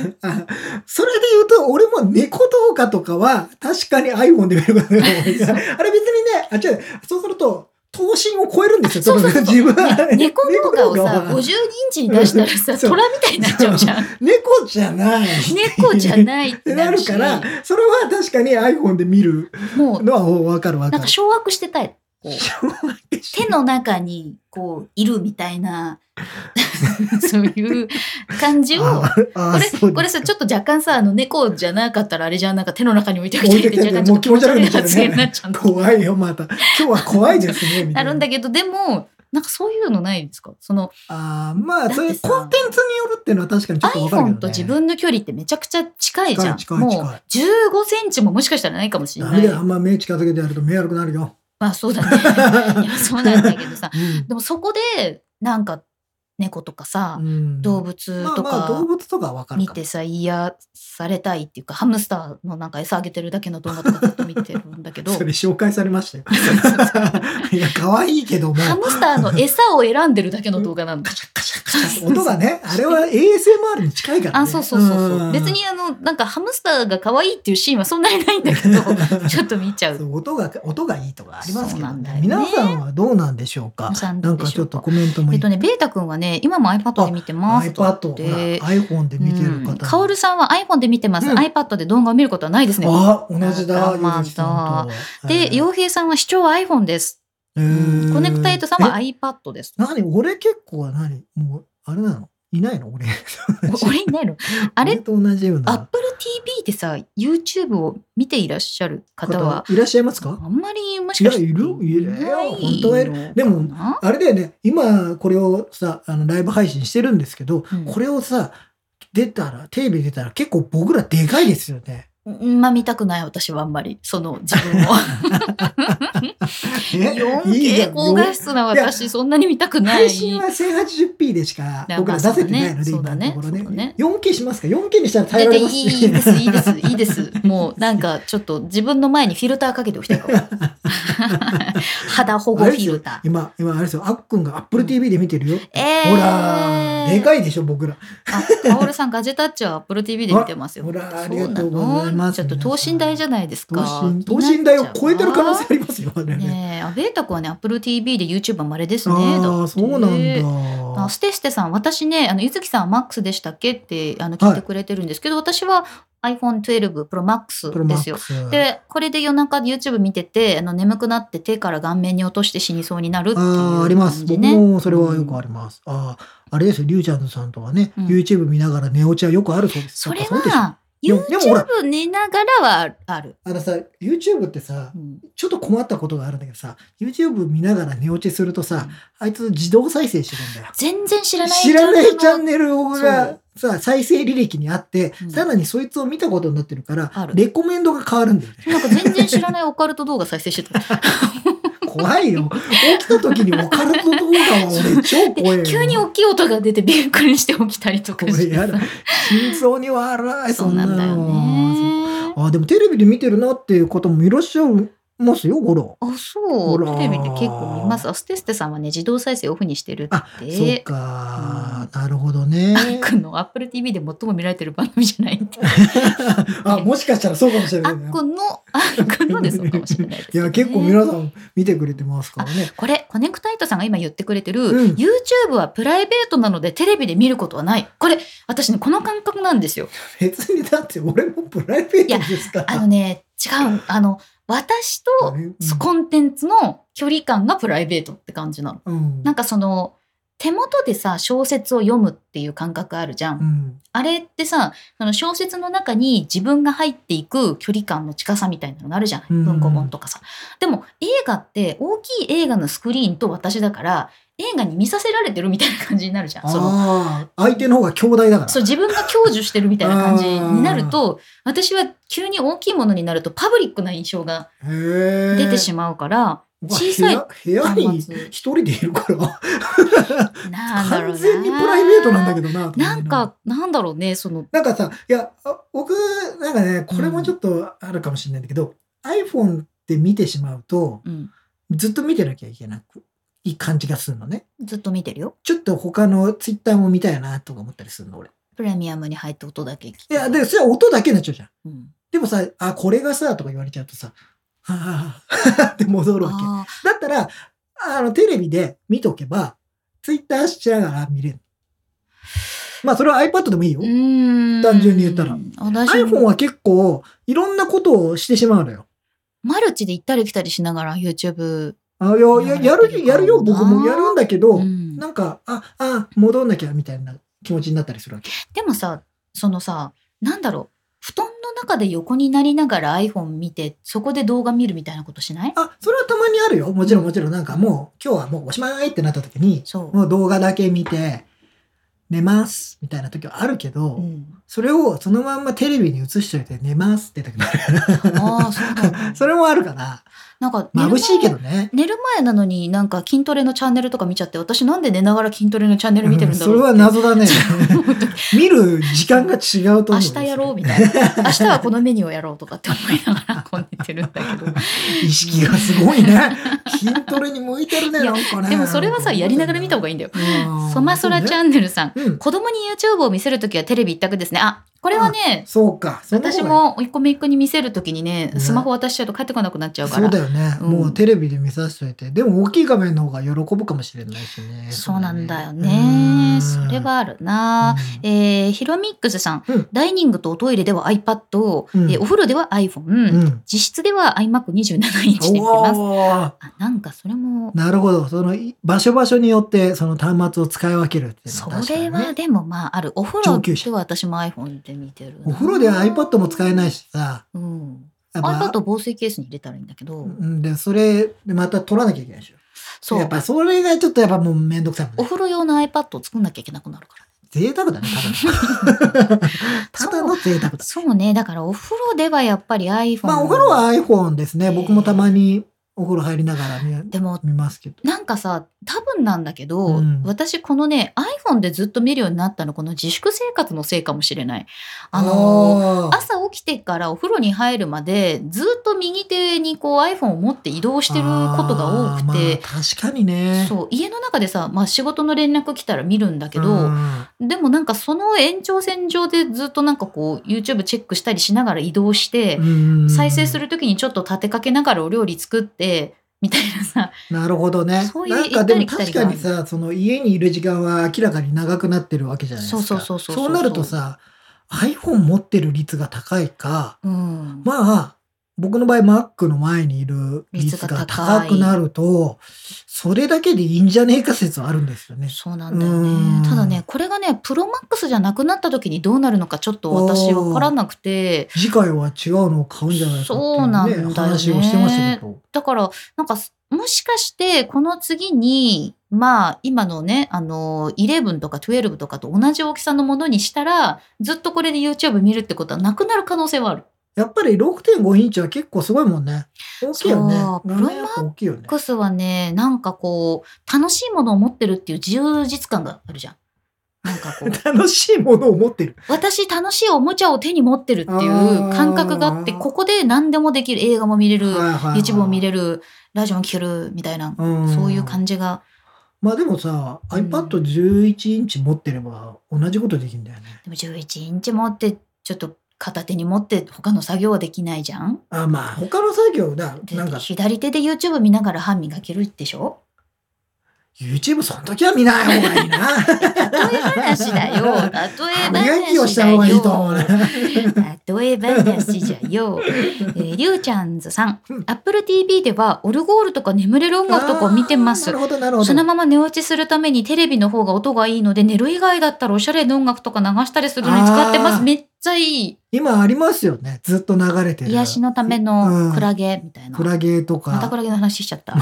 B: それで言うと、俺も猫動画とかは、確かに iPhone で見ることが多いあれ別にね、あ、違う、そうすると、等身を超えるんですよ、
A: そうそうそう
B: 自分は。
A: 猫動画をさ
B: 猫
A: 52
B: 動画
A: インチに出したらさ
B: そう
A: 虎みたいになっちゃうじゃん。
B: 猫じゃない。
A: 猫じゃないっ
B: って
A: て
B: な
A: な
B: る
A: るし
B: から、それは確かに iPhone で見る
A: もう
B: のは分かる分
A: なん
B: かる
A: か。掌握してたい。こう
B: しょうがない
A: 手の中にこういるみた いなそういう感じをこ
B: ああ
A: れ
B: そう
A: これ
B: です
A: さちょっと若干さあの猫じゃなかったらあれじゃんなんか手の中に置いておきた
B: 置
A: い
B: い
A: ってて
B: きて
A: 若干ちょ
B: もう気持
A: っと気持
B: ち
A: ち悪
B: 悪い
A: い
B: みたい
A: 発言
B: な
A: になっ
B: ね。
A: ちゃうの
B: 怖いよ、また。今日は怖いですね、みた
A: ない
B: な。
A: るんだけどでもなんかそういうのないですかその
B: あーまあ、そうい
A: だっ
B: う
A: てさ
B: コンテンツによるっていうのは確かにちょっと分かるけど、ね。
A: iPhone と自分の距離ってめちゃくちゃ近いじゃん
B: 近い近い近い
A: もう15センチももしかしたらないかもしれ
B: ダ
A: な
B: メ
A: い
B: だよ、あんま目近づけてやると目悪くなるよ。
A: まあそう だねいやそうなんだけどさ
B: うん
A: でもそこでなんか猫とかさ
B: うん
A: 動物と
B: まあまあ、動
A: か
B: 物とかは分かる
A: 見
B: かも
A: てさ癒されたいっていうかハムスターのなんか餌あげてるだけの動画とかずっと見てるんだけど
B: それ紹介されましたよ。 いや、可愛いけども。
A: ハムスターの餌を選んでるだけの動画なんだ。
B: 音がね、あれは ASMR に近いからね。
A: あそうそうそうそううん別にあのなんかハムスターが可愛いっていうシーンはそんなにないんだ けどちょっと見ちゃ。
B: そうう音が、音がいいとかありますけ
A: そうな
B: ど、
A: んだ
B: ね
A: よ
B: 皆
A: ね
B: さんはどうなんでしょうか
A: 皆さん
B: な
A: どうんで
B: か
A: し
B: ち
A: ょ
B: ょっ
A: う
B: と
A: か
B: コメントも
A: え
B: い
A: っ
B: い
A: とねベータ君はね今も iPad で見てますとかっ
B: iPad ほら
A: て。
B: iPhone で見てる
A: うん
B: 方。
A: カオルさんは iPhone で見てます、
B: うん
A: iPad で動画を見ることはないですね。
B: あ、同じ
A: あ
B: だ。
A: まあ
B: ゆずきさんと
A: で、洋平さんは視聴は iPhone です。
B: え
A: うん
B: ー
A: コネクタイトさん
B: え
A: は iPad です。
B: 何俺結構何もうあれなのいないの俺
A: お俺いないのあ
B: 俺
A: れ
B: と同じような
A: Apple TV でさ YouTube を見ていらっしゃる方は
B: 方いらっしゃいます
A: あ
B: か
A: んまりもしかして
B: いやいるいる
A: ない
B: 本当はいる
A: のかな
B: でもあれだよね今これをさあのライブ配信してるんですけど、
A: うん
B: これをさ出たらテレビ出たら結構僕らでかいですよ ね。
A: うんまあ見たくない私はあんまりその自分を
B: え いいじゃ
A: 4K
B: ん
A: 高画質ない
B: や
A: 私そんなに見たくな
B: 配
A: い
B: 信は 1080p でしか
A: だ
B: 僕ら出せてないので、
A: そうだ
B: 今
A: ね
B: のところね
A: そうだね
B: 4K しますか 4K にしたら耐え
A: 全
B: ら
A: 然
B: れ
A: い
B: ます
A: いいいですいいですいいですもうなんかちょっと自分の前にフィルターかけておきたいか も肌保護
B: あ
A: フ
B: れです
A: ィ
B: よ
A: ルター
B: 今、今あれですよ、あっくんが Apple TV で見てるよ。
A: えー
B: ほらー、でかいでしょ、僕ら。
A: あ、カオルさん、ガジェタッチは Apple TV で見てますよ。
B: ほら
A: そう
B: あ
A: な
B: り
A: の
B: がとうございます
A: ちょっと等身大じゃないです
B: 等
A: か。
B: 身、
A: 気
B: 等
A: になっちゃう
B: 身大を超えてる可能性ありますよ、あれね。
A: ねえ、あ、ベータ君はね、Apple TV で YouTube は稀ですね。
B: あ
A: だ
B: あ、
A: って
B: そうなん
A: あ
B: だ。
A: ステステさん、私ね、あの、ゆずきさんは MAX でしたっけって、あの、聞いてくれてるんですけど、私は iPhone12 Pro Max ですよ。
B: Pro Max
A: で、これで夜中 YouTube 見てて、あの、眠くなって手から顔面に落として死にそうになるっていう
B: ああ、あります。
A: 感じ
B: 僕
A: ね
B: もそれはよくあります。ああ、あれですよ、リュウちゃんさんとはね、
A: うん
B: YouTube 見ながら寝落ちはよくあるそうです。
A: それ
B: うかそうでしょ
A: は、
B: でもでもほら
A: YouTube 寝ながらはある。
B: あのさ、YouTube ってさ
A: う、ん
B: ちょっと困ったことがあるんだけどさ、YouTube 見ながら寝落ちするとさ、あいつ自動再生してるんだよ。
A: 全然知らない
B: 知らないチャン
A: ネル
B: ネルがさ再生履歴にあって、
A: うん
B: さらにそいつを見たことになってるから
A: ある
B: レコメンドが変わるんだよね
A: なんか全然知らないオカルト動画再生してた
B: 怖いよ起きた時にオカルト動画は俺超怖いよ
A: で 急に大きい音が出てびっくりして起きたりとかして
B: これや だ
A: さ
B: 心臓に悪い
A: そうなんだ
B: そ
A: よ
B: んなの
A: ね
B: あでもテレビで見てるなっていう方もいらっしゃるますよ、ゴロ。
A: あ、そ
B: ほ
A: う。
B: ら
A: テレビで結構見ます。あ、ステステさんはね、自動再生オフにしてる
B: あ
A: っ、。
B: そってか、なるほどね。
A: あっくんの Apple TV で最も見られてる番組じゃないって。
B: あ、もしかしたらそうかもしれ
A: あ
B: ない、ね
A: っ。くんの、あっくんのでそうかもしれないです、
B: い
A: ね。
B: や、結構皆さん見てくれてますからね。
A: これ、コネクタイトさんが今言ってくれてる、
B: うん
A: YouTube はプライベートなのでテレビで見ることはない。これ、私ね、この感覚なん ですよ。
B: 別にだって俺もプライベートですから。
A: あのね、違う、あの、私と
B: うん
A: コンテンツの距離感がプライベートって感じなの。
B: うん
A: なんかその、手元でさ、小説を読むっていう感覚あるじゃん。
B: うん
A: あれってさ、その小説の中に自分が入っていく距離感の近さみたいなのがあるじゃない、
B: うん
A: 文庫本とかさ。でも映画って大きい映画のスクリーンと私だから、映画に見させられてるみたいな感じになるじゃん。その
B: ああ、相手の方が兄弟だから。
A: そう自分が享受してるみたいな感じになると私は急に大きいものになるとパブリックな印象が出
B: 出
A: てしまうから、
B: ま
A: 小さい
B: 部屋部屋に
A: 端末
B: 一人でいるから、
A: なんだろうな
B: 完全にプライベートなんだけどな、と思い
A: なんかなんだろうねその
B: なんかさ、いや、あ僕、なんかね、これもちょっとあるかもしれないんだけど、iPhone って見てしまうと、
A: うん
B: ずっと見てなきゃいけなく、いい感じがするのね。
A: ずっと見てるよ
B: ちょっと他の Twitter も見たいな、とか思ったりするの、俺。
A: プレミアムに入って音だけ聞く
B: いや、で、それは音だけになっちゃうじゃん。
A: うん
B: でもさ、あ、これがさ、とか言われちゃうとさ、はぁ、 って戻るわけ。
A: あー
B: だったら、あの、テレビで見とけば、ツイッターしながら見れる。まあ、それは iPad でもいいよ。
A: うーん
B: 単純に言ったら
A: 私
B: iPhone は結構、いろんなことをしてしまうのよ。
A: マルチで行ったり来たりしながら YouTube、
B: あいや、いやや
A: なるほど
B: る、やるよ、僕も
A: な
B: やるんだけど、
A: うん
B: なんか、あ、あ、戻んなきゃ、みたいな気持ちになったりするわけ。
A: でもさそのさなんだろう布団の中で横になりながら iPhone 見てそこで動画見るみたいなことしない
B: あ、それはたまにあるよ。もちろん、もちろん、なんかもう、今日はもうおしまいってなった時に、
A: そう、
B: もう動画だけ見て、寝ます、みたいな時はあるけど、
A: うん
B: それをそのまんまテレビに映しといて寝ますって時もある。
A: ああそうなんだ
B: それもあるから、
A: なんか寝る
B: 眩
A: 前
B: しいけどね。
A: 寝る前なのになんか筋トレのチャンネルとか見ちゃって私なんで寝ながら筋トレのチャンネル見てるんだろう
B: うんそれは
A: って
B: 謎 だね。見る時間が違うと思う。
A: 明日やろうみたいな明日はこのメニューをやろうとかって思いながらこう寝てるん だけど
B: 意識がすごいね。筋トレに向いてるね、
A: い
B: な
A: や
B: んかね。
A: でもそれはさやりながら見た方がいいんだよ
B: うん
A: ソマソラチャンネルさん
B: うん。
A: 子供に YouTube を見せるときはテレビ一択ですねあこれはね
B: そうか。そんな方
A: 私
B: がい
A: も甥っ子姪っ子に見せるときにね
B: ね
A: スマホ渡しちゃうと帰ってこなくなっちゃ
B: いう
A: か
B: そう
A: ら
B: だよね。
A: うん
B: もうテレビで見させといて。でも大きい画面の方が喜ぶかもしれないしね。
A: そうなんだよ
B: う
A: ね
B: ん
A: それはあるな
B: うん
A: えーヒロミックスさん、
B: うん
A: ダイニングとおトイレでは iPad を、
B: うん
A: えーお風呂では iPhone、
B: うん。
A: 実質では iMac27 インチでやってます。
B: おー
A: あなんかそれも、
B: なるほど。そのい場所場所によってその端末を使い分けるっていうの
A: そ
B: は確かに
A: れ
B: ね
A: はでもまあある。お風呂
B: 上級者
A: では私も iPhone で見てるな。
B: お風呂では iPad も使えないしさ。
A: うん。
B: やっぱ
A: iPad を防水ケースに入れたらいいんだけど、
B: うんで、それでまた取らなきゃいけないでしょ。
A: そ
B: や
A: う
B: っ。ぱそれがちょっとやっぱもうめんどくさいもん
A: お
B: ね。
A: 風呂用の iPad を作んなきゃいけなくなるから。
B: 贅沢だね、ただ の。ただの贅沢だ。
A: そうね。だからお風呂ではやっぱり iPhone。
B: まあお風呂は iPhone ですね。
A: えー
B: 僕もたまにお風呂入りながら見
A: でも
B: 見ますけど。
A: なんかさ、多分なんだけど、
B: うん
A: 私このね、iPhone でずっと見るようになったの、この自粛生活のせいかもしれない。あのー
B: ー
A: 朝起きてからお風呂に入るまでずっと右手にこう iPhone を持って移動してることが多く
B: あ
A: て、
B: ーまあ確かにね。
A: そう家の中でさ、まあ、仕事の連絡来たら見るんだけ
B: う
A: ど、
B: ん
A: でもなんかその延長線上でずっとなんかこう YouTube チェックしたりしながら移動して、
B: うん
A: 再生する時にちょっと立てかけながらお料理作ってみたいなさ
B: なるほどね。
A: そういう
B: なんかでも
A: 行った
B: 確
A: り来
B: か
A: たりが
B: にさ、その家にいる時間は明らかに長くなってるわけじゃないですか。
A: そうそうそうそう
B: そうなるとさ、iPhone 持ってる率が高いか、
A: うん、
B: まあ、僕の場合 Mac の前にいる率が高くなると、それだけでいいんじゃねえか説はあるんですよね。
A: そうなんだよ
B: うん
A: ねただねこれがねプロマックスじゃなくなった時にどうなるのかちょっと私分からなくて。
B: 次回は違うのを買うんじゃないかっていう、ね、
A: そうなんだよね
B: 話をしてましたけど。
A: だから、なんかす、もしかして、この次に、まあ、今のね、あの、11とか12とかと同じ大きさのものにしたら、ずっとこれで YouTube 見るってことはなくなる可能性はある。
B: やっぱり6.5インチは結構すごいもんね。大きいよね。
A: そう
B: 画面やっぱ大きいよね。
A: X はね、なんかこう、楽しいものを持ってるっていう充実感があるじゃん。なんか こう
B: 楽しいものを持ってる。
A: 私楽しいおもちゃを手に持ってるっていう感覚があって
B: あー
A: ここで何でもできる映画も見れる
B: はいはいはい
A: YouTube も見れるラジオも聴けるみたいな
B: うん
A: そういう感じが
B: まあでもさ、
A: うん
B: iPad11 インチ持ってれば同じことできるんだよね。
A: でも11インチ持ってちょっと片手に持って他の作業はできないじゃん
B: あまあ他の作業だ。
A: で
B: なんか
A: 左手で YouTube 見ながら歯磨けるでし ょ
B: YouTube その時は見ない方がいいな。
A: 例え話だ よ例え
B: 歯
A: 話だよ
B: 磨きをした方がいいと思うね。
A: 例え話じゃよ。えー、りゅうちゃんずさん、Apple TV ではオルゴールとか眠れる音楽とかを見てま
B: あー
A: す
B: なる。ほどなるほど。
A: そのまま寝落ちするためにテレビの方が音がいいので、寝る以外だったらおしゃれな音楽とか流したりするのに使ってま
B: あ
A: す。
B: ー
A: めっちゃいい。
B: 今ありますよね。ずっと流れてる。
A: 癒しのため
B: うん
A: のクラゲみたいな。
B: クラゲと
A: またク
B: か。
A: ラゲの話しちゃった。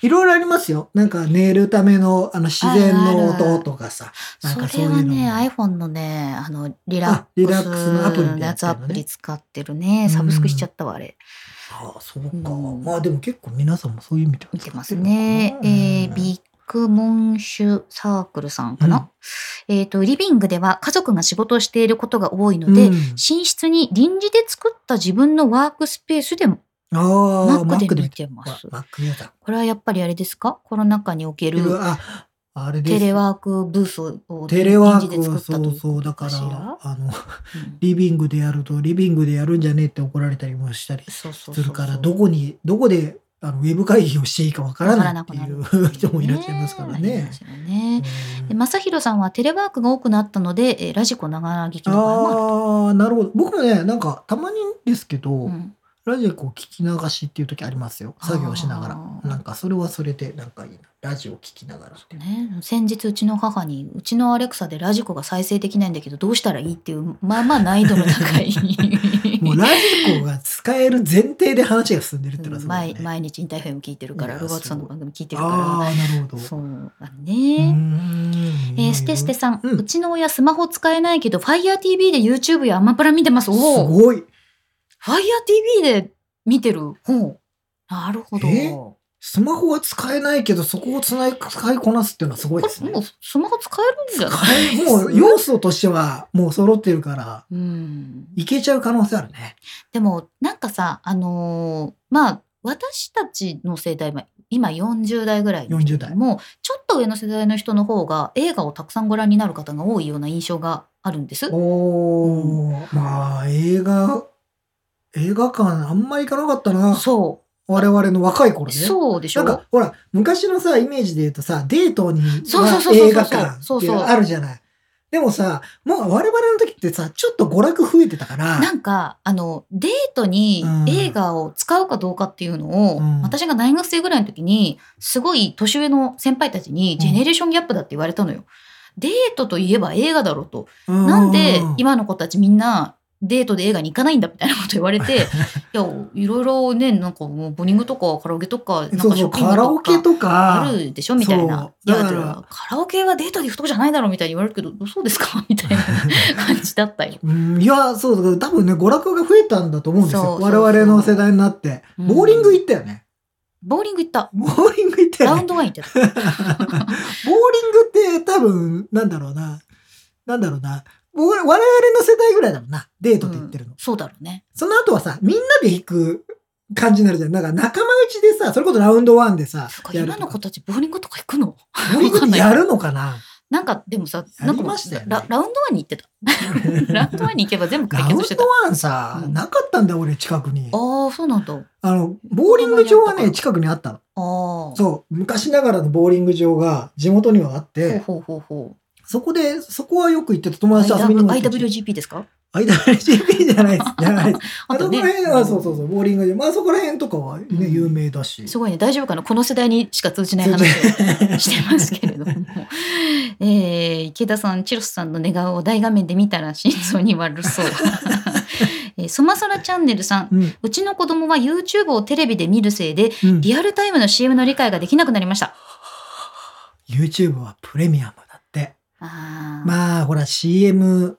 B: いろいろありますよ。なんか寝るためのあの自然の音とかさ。なんか
A: そ
B: そうい
A: れ
B: うの
A: は
B: も
A: ね、iPhone のね、あの、リラック
B: あ
A: ス
B: リラックスのアプリでや
A: や
B: って
A: つ
B: る
A: ア
B: のね
A: プリ使ってるね。サブスクしちゃったわ、あれ。
B: ああ、そうか。
A: うん
B: まあでも結構皆さんもそういう意味では
A: 見て
B: 使
A: ま
B: っ
A: す
B: るのかな
A: ね。えー、ビッグモンシュサークルさんかな。えっ、と、リビングでは家族が仕事をしていることが多いので、
B: うん
A: 寝室に臨時で作った自分のワークスペースでも
B: ああ、
A: Mac で
B: Mac
A: 見
B: で。
A: てます。
B: マックユーザ
A: これはやっぱりあれですかコロナ禍におけ
B: ー。
A: る
B: あ、あれです。
A: テレワークブースを
B: テレワー
A: 臨時で
B: ク
A: 作
B: は
A: った
B: そ
A: というう
B: そうだか
A: からら、
B: あの、
A: うん
B: リビングでやると、リビングでやるんじゃねえって怒られたりもしたり
A: そうそ
B: す
A: うそう
B: る
A: そう
B: から、どこに、どこで、あの、ウェブ会議をしていいかわからないってい
A: わからなくな
B: う
A: る
B: 人もいらっしゃいますから
A: えなり
B: ね
A: ま。すよね。
B: うん
A: で正弘さんはテレワークが多くなったので、えーラジコながら聞きの場合もあ
B: あ
A: る
B: あ、なるほど。僕もね、なんか、たまにですけど、
A: と。うん
B: ラジコ聞き流しっていう時ありますよ。作業しなが
A: あ
B: ら。
A: ー
B: なんか、それはそれで、なんかいいな。ラジオ聞きながらっていう。
A: ね、先日うちの母にうちのアレクサでラジコが再生できないんだけどどうしたらいいっていうまあまあ難易度の高い
B: もうラジコが使える前提で話が進んでるっていうのはすごい
A: 毎
B: よね。
A: 毎日インターフェム聞いてるか
B: い
A: ら
B: や
A: ロバートさんの番組聞いてるか
B: ああ、なるほど。
A: らそうだ
B: うー
A: ね。
B: ん
A: えー、ステステさん、
B: う
A: うんちの親スマホ使えないけど FireTV で YouTube やアマプラ見てます
B: す
A: おお
B: ごい。
A: FireTV で見てるほうなるほど、
B: えスマホは使えないけど、そこをつない使いこなすっていうのはすごい
A: こ
B: です
A: れ
B: ね
A: も。うスマホ使えるんじゃない
B: 使えもう要素としてはもう揃ってるから、
A: うん
B: いけちゃう可能性あるね。
A: でもなんかさあのーまあ私たちの世代は今40代ぐらいの人
B: 40代
A: もちょっと上の世代の人の方が映画をたくさんご覧になる方が多いような印象があるんです。
B: おー、まあ映画、映画館あんまり行かなかったな。
A: そ
B: 我々の若い頃
A: う
B: ね。
A: そうでし
B: な
A: ょ
B: んかほら昔のさイメージで言うとさデートに
A: そうそうそうそうそう
B: まあ映画館
A: そ
B: っ
A: う
B: ていう
A: そう
B: のあるじゃない。でもさもう我々の時ってさちょっと娯楽増えてたから
A: なんかあのデートに
B: うん
A: 映画を使うかどうかっていうのを、
B: うん
A: 私が大学生ぐらいの時にすごい年上の先輩たち
B: ん
A: にジェネレーションギャップだって言われたのよ。デートといえば映画だろうと
B: うん
A: なんで今の子たちみんなデートで映画に行かないんだみたいなこと言われ ていやいろいろねなんかもうボニングとかカラオケとかなんか
B: そうそうカラオケとか
A: あるでしょみたいな。い
B: そう
A: や
B: だから
A: カラオケはデートで行くとこじゃないだろうみたいに言われるけどそうで すかみたいな感じだったよ。
B: うんいやそうだから多分ね娯楽が増えたんだと思うんですよ
A: そうそうそう
B: 我々の世代になって
A: うん
B: ボーリング行ったよね、
A: ボーリング行った。
B: ボーリング行った
A: ラ
B: よ
A: ウン
B: ね
A: ドワイン行ってた。
B: ボーリングって多分なんだろうななんだろうなボー我々の世代ぐらいだもんなデートって言ってるの、
A: うんそうだろうね。
B: その後はさ、みんなで行く感じになるじゃん。なんか仲間内でさ、それこそラウンドワンでさ
A: そっ、か
B: やる
A: 今
B: と
A: の子
B: か。
A: たちボーリングとか行くの
B: ボーリング
A: わかんない
B: やるのか な
A: なんかでもさなん
B: やり
A: かもう
B: ましたよね
A: ララウンドワンに行っ てた。ラウンドワンに行けば全部
B: ラ
A: 解
B: ウンド
A: 決してた。
B: ワンさ、
A: うん
B: なかったんだよ、俺、近くに。
A: ああそうなんだ。
B: あの、ボーリング場は
A: 子供にあったか
B: ね、
A: ら
B: 近くにあったの。
A: ああ。
B: そう、昔ながらのボーリング場が地元にはあって、
A: ほうほうほうほう。
B: そこで、そこはよく行ってた友達と遊びにも行ってた
A: IWGP ですか
B: IWGP じゃないです。じゃないです。あそ
A: あと
B: こ
A: ね
B: ら辺は、そうそうそう、ボーリング場。まあそこら辺とかはね、
A: うん
B: 有名だし。
A: すごいね大丈夫かなこの世代にしか通じない話をしてますけれ ども、えー、池田さんチロスさんの寝顔を大画面で見たら心臓に悪そう だ、えー、ソマソラチャンネルさん
B: うん。
A: うちの子供は YouTube をテレビで見るせいで
B: うん
A: リアルタイムの CM の理解ができなくなりました
B: YouTube はプレミアムだって。
A: ああ
B: まあほら CM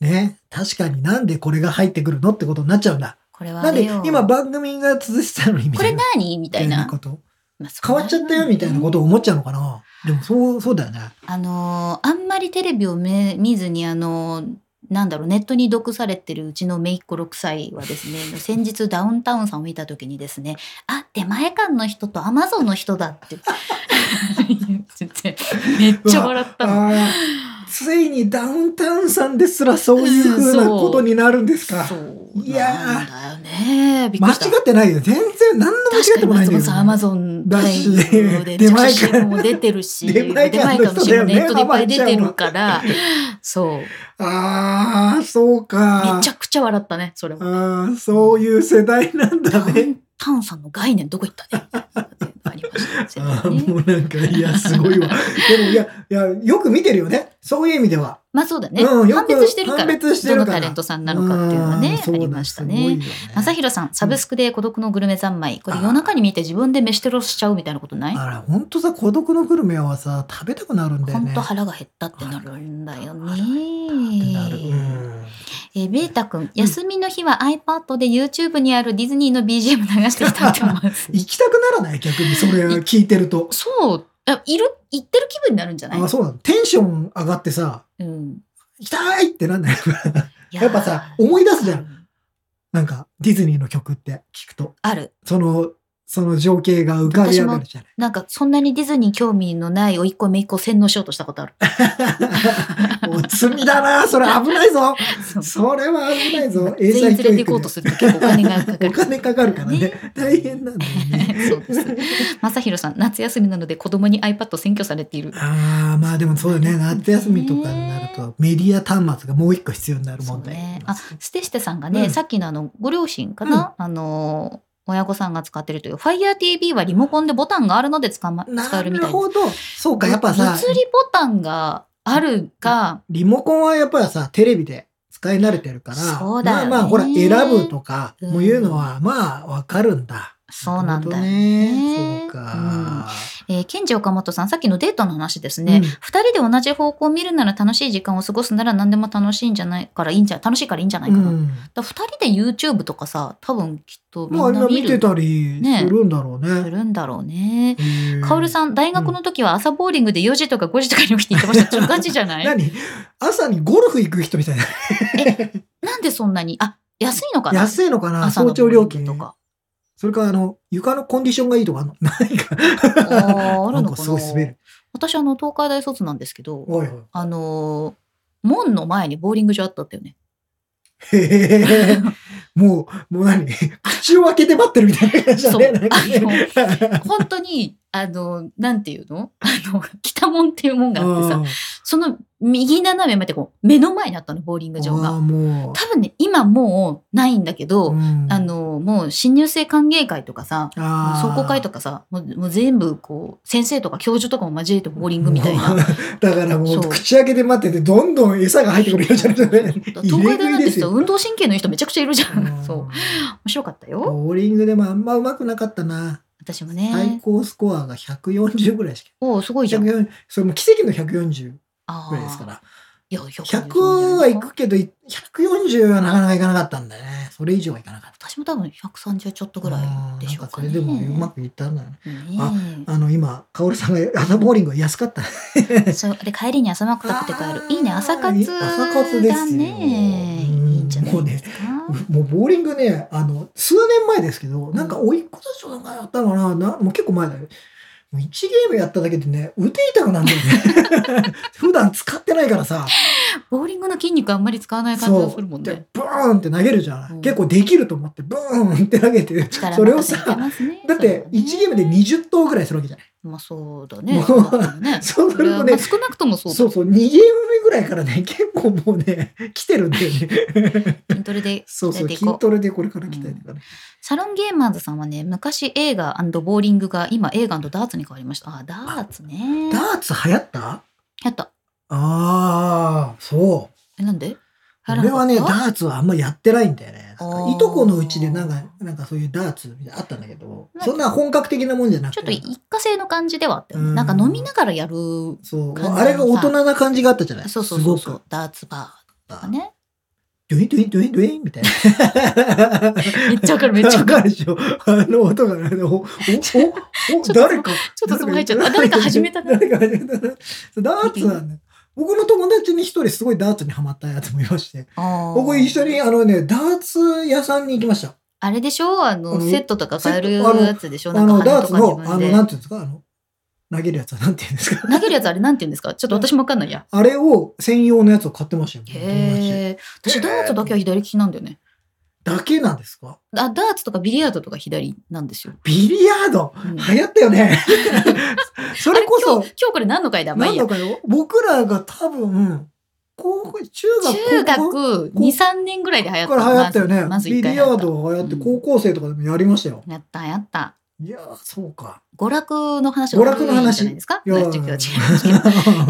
B: ね確かになんでこれが入ってくるのってことになっちゃうんだ。
A: これは
B: な
A: あ
B: ん
A: れ
B: で
A: よ
B: 今番組が続いてたのにみ
A: こ
B: た
A: れ
B: いな。
A: 何みたい
B: みたいな
A: な
B: こと。
A: まあ
B: 変わっちゃったよみたいなことを思っちゃうのかな。でもそう、そうだよね。
A: あのーあんまりテレビをめ見ずにあのーなんだろうネットに毒されてるうちの姪っ子6歳はですね 先日ダウンタウンさんを見た時にですね「あ出前館の人とアマゾンの人だ」 って言っててめっちゃ笑ったの。
B: あーついにダウンタウンさんですらそういうふうなことになるんですか。
A: そう
B: いやー
A: なんだよねびっく
B: 間
A: り
B: 違
A: した。
B: ってないよ。全然何の間違
A: 確
B: っ
A: か
B: て
A: に
B: もない
A: 松
B: んだけ
A: 本さ
B: ど。
A: んアマゾン
B: だしね
A: で
B: 出
A: 写
B: 前館
A: 真も出てるし
B: 出
A: 出
B: 前
A: 前
B: 館
A: 館
B: の
A: の
B: 人
A: 人
B: だよ
A: も
B: ね
A: ネットでいっぱい出てるからそう
B: ああ、そうか。
A: めちゃくちゃ笑ったねそれは。
B: あーそういう世代なん
A: ダ
B: だ
A: ウ
B: ね。
A: ンタウンさんの概念どこ行ったねありました
B: あ
A: よ
B: ー
A: ね
B: もうなんか、いや、すごいわ。 でも、いや、いや、よく見てるよね。そういう意味では。
A: まあそうだね、
B: うんよく
A: 判別してるから
B: 判別してるから
A: どのタレントさんなのかっていうのは
B: ん
A: ねあ
B: そうだ
A: りました
B: すごい
A: ね
B: よ
A: 朝弘さんサブスクで孤独のグルメ三昧これ夜中に見て自分で飯テロしちゃうみたいなことない
B: あら、本当さ、孤独のグルメはさ、食べたくなるんだよ
A: ほん
B: ね。
A: と腹が減ったってなるんだよね
B: ってなる。うん
A: えーベータ君休みの日は iPad で YouTube にあるディズニーの BGM 流してきたと思います
B: 行きたくならない逆にそれ聞いてると。
A: そうあいる行ってる気分になるんじゃない
B: あそうなのテンション上がってさ、
A: うん、
B: 行きたいって なんだよ。
A: やー
B: やっぱさ、思い出すじゃ。
A: うん
B: なんか、ディズニーの曲って聞くと、
A: ある
B: その、その情景が浮かび上がるじゃない。
A: なんかそんなにディズニー興味のない甥っ子姪っ子を洗脳しようとしたことある
B: もう罪だなそれ危ないぞ
A: そう
B: それは危ないぞ
A: 全員連れて行こう
B: で
A: と
B: す
A: ると結構お金がかかる
B: お金かかるからね。大変なんだよね。
A: そうです正弘さん夏休みなので子供に iPad を占拠されている
B: ああ、まあでもそうだね。夏休みとかになると、メディア端末がもう一個必要になる問題。
A: そうね、あステシテさんがね、
B: うん
A: さっきのあのご両親かな、あの親御さんが使ってるという FireTV はリモコンでボタンがあるので使,、ま、使
B: な
A: えるみ
B: る
A: たいです
B: ほど。そうか、やっぱさ、
A: 物理ボタンがあるか、
B: リモコンはやっぱりさ、テレビで使い慣れてるから、
A: そうだよね
B: まあまあ、ほら、選ぶとか、もういうのは、まあ、わかるんだ。
A: そうなんだよ
B: ね。そう
A: うん
B: か。
A: えー、ケンジ岡本さんさっきのデートの話ですね、
B: うん
A: 二人で同じ方向を見るなら楽しい時間を過ごすなら何でも楽しいんじゃないからいいんじゃ楽しいからいいんじゃないかな、だか
B: ん。
A: ら二人で YouTube とかさ多分きっとみ
B: まあ、
A: んな
B: 今
A: 見
B: 見
A: る
B: てたりするんだろう
A: す
B: ね。
A: るんだろうね。カオル
B: ん。
A: さん大学の時は朝ボーリングで4時とか5時とかに起きて行って ましたちょっとガチじゃない
B: 何朝にゴルフ行く人みたいな。
A: なんでそんなにあ安いのかな
B: 安いのかな
A: 朝
B: 早
A: の
B: 朝料金
A: と。か。
B: それから、あの、床のコンディションがいいとかあんの、何か。
A: あーあるの
B: なんか
A: か
B: す
A: な
B: ごい滑る。
A: 私あの東海大卒なんですけど、
B: おい お
A: あのー門の前にボーリング場あったんだ よね。
B: い。へえ。もう、もう何口を開けて待ってるみたいな感じだね。
A: そう
B: なんかね
A: 本当にあのなんていうのあの北門っていう門があってさ、その右斜めまでこう目の前にあったのボーリング場
B: ああ
A: が。
B: もう。
A: 多分ね今もうないんだけど、
B: うん
A: あのもう新入生歓迎会とかさ、
B: あ
A: 壮行会と
B: か
A: かさもうもう全部こう先生とか教授とかも交えてボーリングみたいな。
B: だからも
A: そうう
B: 口開けて待っててどんどん餌が入ってくるようじゃなくて
A: 東海大なん
B: 入
A: てさ
B: れ食い
A: 運動神経のいい人めちゃくちゃいるじゃん。そう面
B: う
A: 白かったよ。
B: ボーリングでもあんま上手くなかったな、
A: 私も
B: 最
A: ね。
B: 高スコアが140ぐらいしか
A: おおすごいじゃん。
B: 140それも奇跡の140
A: あ
B: ぐらいですから
A: ーいや100
B: 100はいくけど140はなかなかいかなかったんだねそれ以上はいかなかった
A: 私も多分130ちょっとぐらいでしょうかね。
B: うんなんそれでもうまくいったんだね
A: ね
B: あの今カオルさんが朝ボーリングは安かった
A: えそうで帰りに朝マック食べて帰る。いいね朝活
B: あー朝活ですよ
A: がね
B: うん
A: いいんじゃないですか。
B: もうボーリングね、あの、数年前ですけど、なんか、おいっ子たちとなんかやったのかな、なもう結構前だよ。もう1ゲームやっただけでね、打て痛くなるんだよね。 普段使ってないからさ、
A: ボーリングの筋肉あんまり使わない感じがするもん
B: で
A: ね。、
B: ブーンって投げるじゃない。
A: うん
B: 結構できると思って、ブーンって投げて、
A: 力
B: それを
A: 任せいけ
B: さ、
A: ますね
B: だって1ゲームで
A: ね
B: 20投ぐらいするわけじゃない。
A: まあそうだね。
B: もう
A: そうだったよね
B: そうす
A: それ
B: る
A: は
B: と
A: まあ
B: ね、
A: 少なくともそうだ
B: そうそう、2ゲーム目ぐらいからね、結構もうね、来てるんだよね。
A: 筋トレで
B: そうそう、
A: 鍛えてい
B: 筋
A: こう
B: トレでこれから鍛えていかなきゃ
A: サロンゲーマーズさんはね昔映画ボーリングが今映画ダーツに変わりましたあダーツね
B: ダーツ流行った
A: やった
B: ああ、そ
A: えなんで
B: う。俺はね、
A: や
B: ダ
A: らなか
B: ー
A: っ
B: ツはあんまやってないんだよね。
A: あー
B: なんかいとこのうちでなんか、なんかそういうダーツみたいなのあったんだけど
A: なん、か
B: そんな本格的なもんじゃな
A: た
B: く
A: ち
B: て。
A: ょっと一過性の感じではあったよね
B: うん
A: なんか飲みながらやる
B: そう。
A: 感じの
B: あれが大人な感じがあったじゃない
A: そうそうそう
B: す
A: そ
B: ご
A: う
B: く
A: ダーツバー
B: あ
A: とかね
B: ドゥインドゥインドゥインドゥインみたいな。
A: めっちゃわかる めっちゃ
B: わ
A: わかる
B: かるでしょ。あの音が、ね、 お、お、お、お、誰か。
A: ちょっとそこ入っちゃった。あ誰か始めたな。
B: 誰か始めたな。そうダーツはね、僕の友達に一人すごいダーツにハマったやつもいまして、 僕
A: 僕
B: 一緒にあのね、ダーツ屋さんに行きました。
A: あれでしょあ
B: あ
A: の、
B: の
A: セットとか買える
B: セットあの
A: やつでしょな
B: あ
A: ん
B: の、
A: か羽
B: ダー
A: と
B: ツ
A: か
B: の、
A: 自
B: あ
A: 分
B: の、
A: で
B: なんていうんですか、あの、投げるやつはなんていうんですか。
A: 投げるやつあれなんて言うんですかちょっと私もわかん ないや。
B: あれを専用のやつを買ってましたよ、僕の友達。
A: へえ。私、ダーツだけは左利きなんだよね。
B: だけなんですか
A: あ、ダーツとかビリヤードとか左なんですよ。
B: ビリヤード
A: うん
B: 流行ったよ ね。それこ
A: あ
B: そ
A: 今日、今日これ何の回だまあ
B: ない
A: い
B: ん
A: や
B: だ。かよ、僕らが多分、高校、中学、
A: 中
B: 高校
A: 学2、3年ぐらいで流行った。
B: から流行ったよね。
A: まず
B: ビ
A: 1回
B: リ
A: 流行
B: ヤ
A: っ
B: ー
A: た。
B: ドが流行って、
A: うん
B: 高校生とかでもやりましたよ。
A: やった、やった。
B: いやー、そうか。
A: 娯楽の話
B: 娯楽の話
A: 多いんじゃないですか
B: いやー
A: 違う違う違いま すけど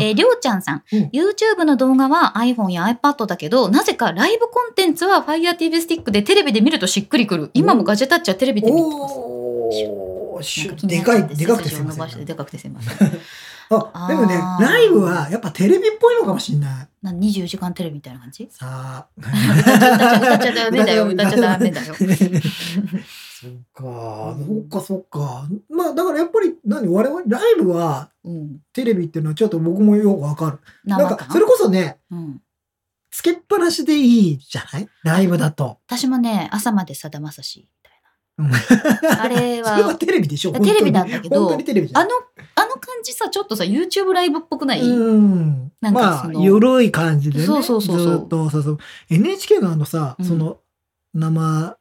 A: えーりょうちゃんさん、
B: うん
A: YouTube の動画は iPhone や iPad だけど、なぜかライブコンテンツは FireTV スティックでテレビで見るとしっくりくる。今もガジェタッチはテレビで見てます。
B: おー、し
A: な
B: ゅ
A: ん気に
B: で
A: なっち
B: か
A: ゃ
B: い
A: っ、
B: でかくて
A: 背
B: す
A: 筋
B: い
A: を
B: ま
A: 伸ばし
B: せ
A: て
B: ん。
A: でかくてすいません。
B: あ、でもね
A: あ、ー
B: ライブはやっぱテレビっぽいのかもしんない。
A: な24時間テレビみたいな 感じ
B: さあ。
A: 歌っちゃダメだよ、歌っちゃダメだよ。
B: そうか、そっかそっか。まあだからやっぱり何我々ライブは
A: うん。
B: テレビっていうのはちょっと僕もよくわかる。な
A: 生
B: んか
A: 感
B: それこそね、
A: うん。
B: つけっぱなしでいいじゃないライブだと。
A: 私もね、朝までさだまさし
B: う
A: み
B: ん
A: たいな。あ れ
B: それは
A: は、
B: テレビでしょ。
A: テレビなんだけど
B: 本当にテレビじゃ
A: あ
B: ん
A: の、あの感じさ、ちょっとさ、YouTube ライブっぽくない、
B: うん。
A: なんか
B: ま
A: そ
B: あ
A: の
B: 緩い感じでね。
A: そうそうそうそう
B: ずっとそうそう NHK のあのさ、
A: うん
B: その生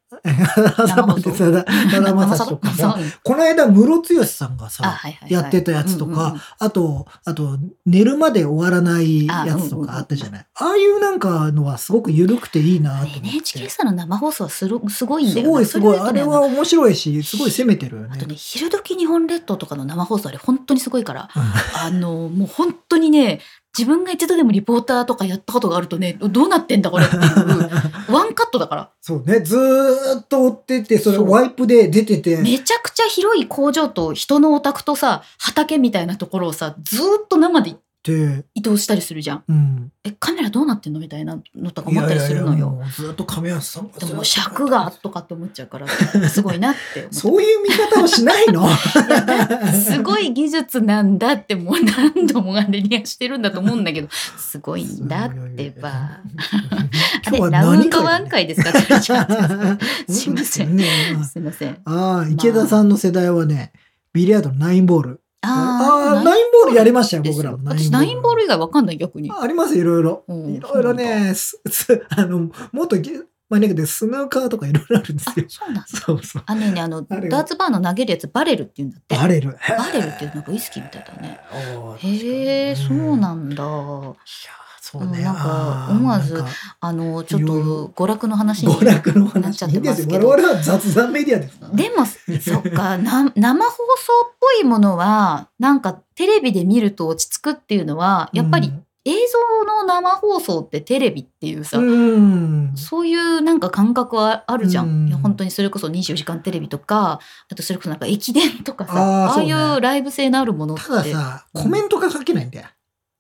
B: 朝ま でさださだまさしとかさ、この間ムロツヨシさんが
A: あ、
B: さ。
A: はいはいはい、
B: やってたやつとか、あと、あと、寝るまで終わらないやつとかあったじゃない。ああいうなんかのはすごく緩くていいな
A: うんうん
B: と
A: う
B: 思
A: ん
B: って。
A: NHK さんの生放送はすろすごいんだ
B: す
A: よ
B: ごい
A: そ
B: すごい。
A: だと
B: あ
A: ね
B: れは面白いし、すごい攻めてるよ
A: あ
B: ね
A: と。ね、昼時日本列島とかの生放送あれ本当にすごいから、
B: うん
A: あの、もう本当にね、自分が一度でもリポーターとかやったことがあるとね、どうなって んだこれっていう、 ワンカットだから、
B: そうね、ずーっと追ってて、それ
A: そう
B: ワイプで出てて、
A: めちゃくちゃ広い工場と人のお宅とさ、畑みたいなところをさ、ずーっと生で
B: で、
A: 移動したりするじゃん。
B: うん。
A: え、カメラどうなってんのみたいなのとか思ったりする
B: い
A: のよ。
B: やいやいやもうずーっと亀梨さん
A: でも尺がとかって思っちゃうから、すごいなって思って
B: そういう見方をしない の
A: すごい技術なんだってもう何度もあれリアしてるんだと思うんだ けど、すごいんだってば。あ
B: 今日
A: れ、
B: は
A: ラウン
B: 何
A: ド ワン
B: 回
A: 回ですかす
B: だね
A: すいませ
B: 本
A: ん
B: 当ですよね
A: いません。
B: ああ、池田さんの世代はね、ビリヤードのナインボール。 あ
A: あ
B: あ、
A: ー
B: ナインボールやりましたよ、
A: です
B: 僕
A: よ
B: らも。
A: 私、ナインボール以外わかんない、逆に。
B: あありますよいろいろ。
A: うん
B: いろいろね、すすあの、もっとげ、マニアックでスヌーカーとかいろいろあるんです
A: あ
B: よ、。
A: そうなんだ。
B: そうそう。
A: あ、ねえねえあの、
B: あれは
A: ダーツバーの投げるやつ、バレルって言うんだって。
B: バレル。
A: バレルっていうなんかウイスキーみたいだね。
B: おー。
A: へえ、
B: 確
A: そ
B: かに
A: う
B: いや
A: なんだ。
B: そうね。
A: うんなんか
B: あー
A: 思わず
B: なんか
A: あの、ちょっ
B: いろい
A: と
B: ろ
A: 娯楽の話に
B: 娯楽の
A: なっち
B: 話
A: ゃっ
B: い
A: て
B: いで
A: ますす
B: よ。
A: けど。
B: 我々は雑談メディアですから。
A: でも、そっか、 な生放送っぽいものは、なんかテレビで見ると落ち着くっていうのは、やっぱり映像の生放送ってテレビっていうさ、
B: うん、うん。
A: そういうなんか感覚はあるじゃん。
B: うん
A: いや本当にそれこそ24時間テレビとか、あとそれこそなんか駅伝とかさ、
B: あー
A: ああい
B: そう
A: う
B: ね
A: ライブ性のあるものった
B: だ
A: て。
B: さ、コメントが書けないんだよ。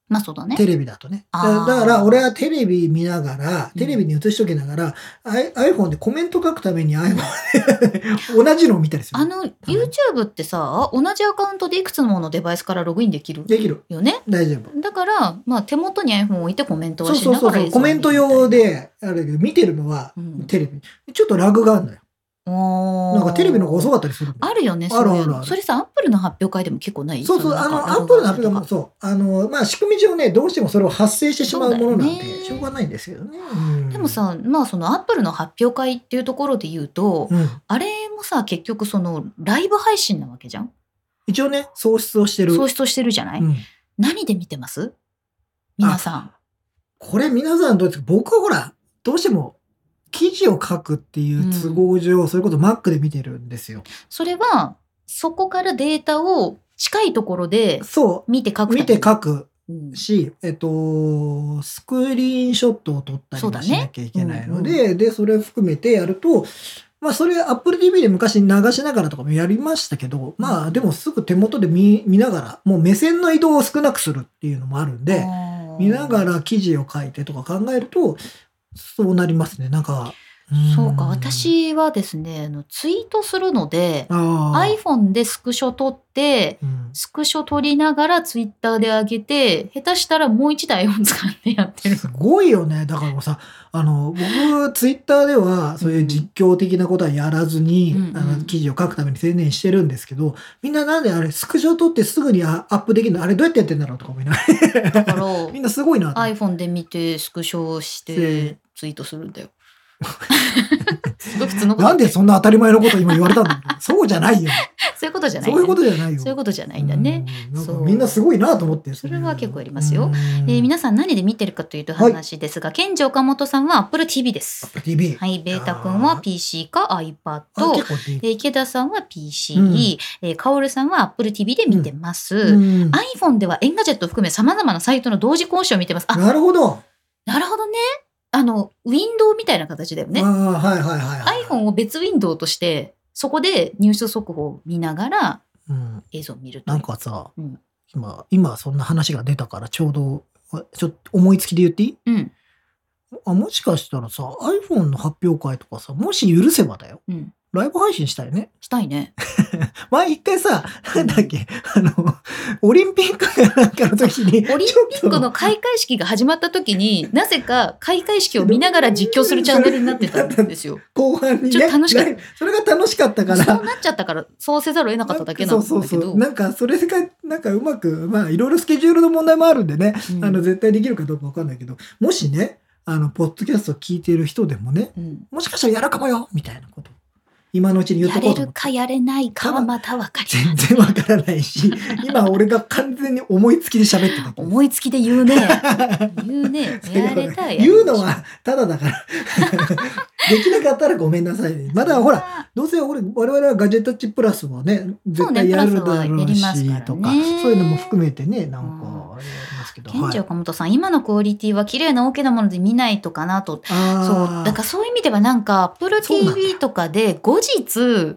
A: まあそうだね。
B: テレビだとね。だ
A: あー
B: だから、俺はテレビ見ながら、
A: うん
B: テレビに映しときながら、I- iPhone でコメント書くために iPhone で同じのを見たりする。
A: あの、YouTube ってさ、同じアカウントでいくつものデバイスからログインできる
B: できる。
A: よね。
B: 大丈夫。
A: だから、まあ手元に iPhone を置いてコメント
B: そ
A: は
B: う
A: し
B: そう
A: な
B: そ
A: が
B: う
A: ら
B: そう。コメント用。で、あれだけど、見てるのは
A: うん
B: テレビ。ちょっとラグがあるのよ。
A: な
B: なんかテレビの方が遅かったりするんだよ
A: あるよね、
B: あるあるある
A: そういうのそれさ、アップルの発表会でも結構ない
B: そうそう、
A: の
B: あ
A: なん
B: の、
A: か
B: アップルのア
A: ア
B: ップ
A: プ
B: ル
A: ル
B: が、そう、あの、まあ、仕組み上ね、どうしてもそれを発生してしまうものなん
A: そうだよね
B: で、しょうがないんですけどね。うん
A: でも、さ、まあそのアップルの発表会っていうところで言うと、
B: うん
A: あれもさ、結局そのライブ配信なわけじゃん
B: 一応ね、喪失をしてる。
A: 創出してるじゃない、
B: うん
A: 何で見てます皆さん。
B: これ皆さんどうですか僕はほら、どうしても、記事を書くっていう都合上、それこそ Mac で見てるんですよ。
A: それは、そこからデータを近いところで
B: そ
A: 見て書
B: う、
A: く
B: 見
A: ため
B: て
A: に
B: 書く
A: うん
B: し、えっと、スクリーンショットを撮ったり
A: そうだ
B: も
A: ね
B: しなきゃいけないので、で、それ含めてやると、まあそれ Apple TV で昔流しながらとかもやりましたけど、まあでもすぐ手元で見見ながら、もう目線の移動を少なくするっていうのもあるんで、見なが、ら記事を書いてとか考えると、そうなりますね。なんか。ん
A: そうか、。私はですね、あのツイートするので、
B: ああ。
A: iPhone でスクショ撮って、
B: うん
A: スクショ撮りながらツイッターで上げて、下手したらもう一台を使ってやってる。
B: すごいよね。だからさ、あの、僕、ツイッターでは、そういう実況的なことはやらずに、
A: うんうん
B: あの記事を書くために専念してるんですけど、みんななんであれ、スクショ撮ってすぐにあアップできるのあれどうやってやってんだろうとか思いな が、
A: だから ら、
B: みんなすごいなと思って
A: iPhone で見てスクショしてツイートするん だよ。すごい普通のこと
B: なんでそんな当たり前のこと今言われたんだ ろうそうじゃないよ。
A: そういうことじゃないん
B: そう
A: だ
B: いう
A: ね
B: ことじゃないよ。
A: そういうことじゃないんだね。
B: うん。なんか
A: そう
B: みんなすごいなと思って。
A: それは結構やりますよ
B: うん。
A: えー皆さん何で見てるかというと話ですが、ケンジ岡本さんは Apple TV です。
B: TV。
A: はい、ベータ君は PC か iPad。
B: あ結構
A: えー池田さんは PC、
B: うん
A: えーカオルさんは Apple TV で見てます。
B: うん
A: iPhone ではエンガジェットを含め様々なサイトの同時更新を見てます。あ、
B: なるほど。
A: なるほどね。あの、ウィンドウみたいな形だよね
B: ああ、。はいはいはいはい。
A: iPhone を別ウィンドウとして、そこでニュース速報を見ながら
B: うん
A: 映像を見るとい
B: な
A: うん
B: かさ、
A: うん
B: 今、今そんな話が出たからちょうど、あちょっと思いつきで言っていい
A: うん。
B: あもしかしたらさ、iPhone の発表会とかさ、もし許せばだよ。
A: うん。
B: ライブ配信したいね。
A: した いね。
B: 前一回さ、なんだっけ、あの、オリンピックかなんかの時に、
A: オリンピックの開会式が始まった時に、なぜか開会式を見ながら実況するチャンネルになってたんですよ。
B: 後半にね、
A: ちょっと楽しかった
B: ライブそれが楽しかった
A: そ
B: か
A: う
B: ら、
A: なっちゃったから、そうせざるを得なかっただけなんだけど。
B: そうそうそうなんかそれがなんかうまくまあいろいろスケジュールの問題もあるんでね、
A: うん
B: あの絶対できるかどうかわかんないけどもしねあのポッドキャストを聞いている人でもね
A: うん
B: もしかしたらやるかもよみたいなこと今のうちに言っ
A: や
B: とこ
A: れ
B: うと思
A: る
B: って
A: かやれないかはまた分かり
B: 全
A: ます。
B: 然わからないし 今俺が完全に思いつきで喋ってたけど
A: 思いつきで言うね。 言うね。やれたらやりましょ
B: 言うのはただだから できなかったらごめんなさいまだほら
A: ら、
B: どうせ俺我々はガジェタッチプラスはね絶対やるだろ
A: プラスはや
B: う
A: ります
B: し
A: からね
B: とかそういうのも含めてねなんかあれますけど、
A: ケン
B: はい
A: ジ岡本さん、今のクオリティは綺麗な大きなもので見ないとかなと。そう。
B: あ
A: だからそういう意味ではなんか、Apple
B: そうなんだ
A: TV とかで後日、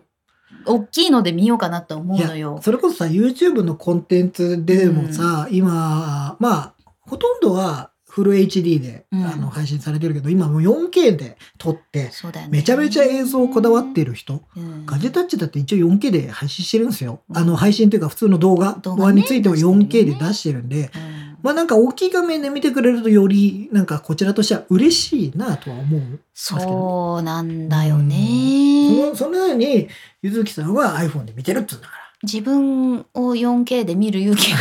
A: 大きいので見ようかなと思うの
B: い
A: よ
B: や。それこそさ YouTube のコンテンツでもさ、今まあほとんどはフル HD で、
A: うん
B: あの配信されてるけど今もう 4K で撮って
A: そうだよね。
B: めちゃめちゃ映像こだわってる人
A: うん
B: ガジェタッチだって一応 4K で配信してるんですよ。
A: うん
B: あの配信というか普通の動画
A: 動画
B: 動
A: ね
B: 画については 4K で
A: 出してるね
B: 出してるんで、
A: うん
B: まあなんか大きい画面で見てくれるとよりなんかこちらとしては嬉しいなとは思う。
A: そうなんだよ
B: そ
A: ね。
B: のそのようにゆずきさんは iPhone で見てるっつうんだか
A: 自分を 4K で見る勇気が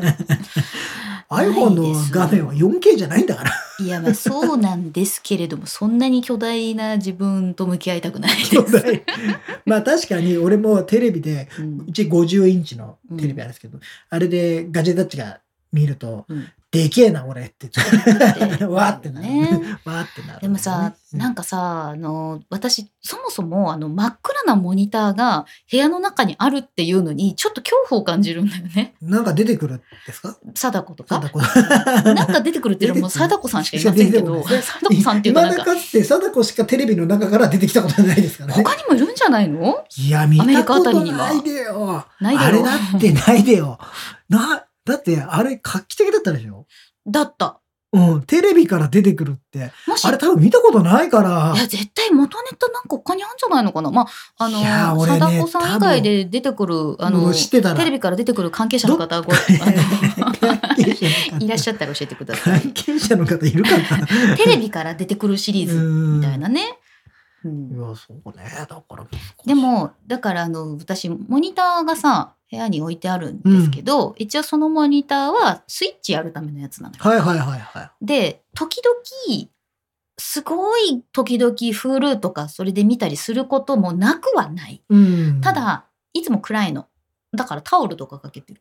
B: ら。
A: ないです
B: iPhone の画面は 4K じゃないんだから。
A: いやまあそうなんですけれどもそんなに巨大な自分と向き合いたくない です。
B: 巨大まあ確かに俺もテレビで
A: うん
B: うち50インチのテレビあるんですけど、あれでガジェタッチが見ると、
A: うん
B: でけえな俺って
A: で
B: わーってなる、
A: ね
B: わーってなる、
A: でもさ、なんかさあの私そもそもあの真っ暗なモニターが部屋の中にあるっていうのにちょっと恐怖を感じるんだよね
B: なんか出てくるんですか
A: 貞子と
B: なん
A: か
B: だ。これ
A: なんか出てくるっていうのも
B: 出てくる
A: 貞子さんしかいませんけど
B: 出てこない
A: 貞子さんっていうとなん
B: 今だ
A: か
B: かって貞子しかテレビの中から出てきたことないですからね。
A: 他にもいるんじゃないの
B: いや、見
A: アメリ
B: た
A: カ
B: こ
A: あたり
B: と
A: には
B: ないでよ。
A: ないだ
B: あ
A: ろ
B: れだってないでよ。な、だってあれ画期的だったでしょ
A: だった。
B: うん、テレビから出てくるって。
A: もし
B: あれ多分見たことないから
A: い。や、絶対元ネタなんか他にあるんじゃないのかな。まあ、あ
B: いやー
A: の、
B: 俺ね
A: 貞子さん以外で出てくる、あ
B: う
A: の、
B: ん知ってたら
A: テレビから出てくる関係者の方、ご、あ
B: 関係者の方
A: の、いらっしゃったら教えてください。
B: 関係者の方いるかな
A: テレビから出てくるシリーズみたいなね。う
B: うん
A: ん
B: いや、そうね。だから難しい
A: で、も、だから、あの、私、モニターがさ、部屋に置いてあるんですけど、一応そのモニターはスイッチやるためのやつなのよ。
B: はいはいはいはい。
A: で、時々、すごい時々 Hulu とかそれで見たりすることもなくはない。
B: うん。
A: た、だ、いつも暗いの。だからタオルとかかけて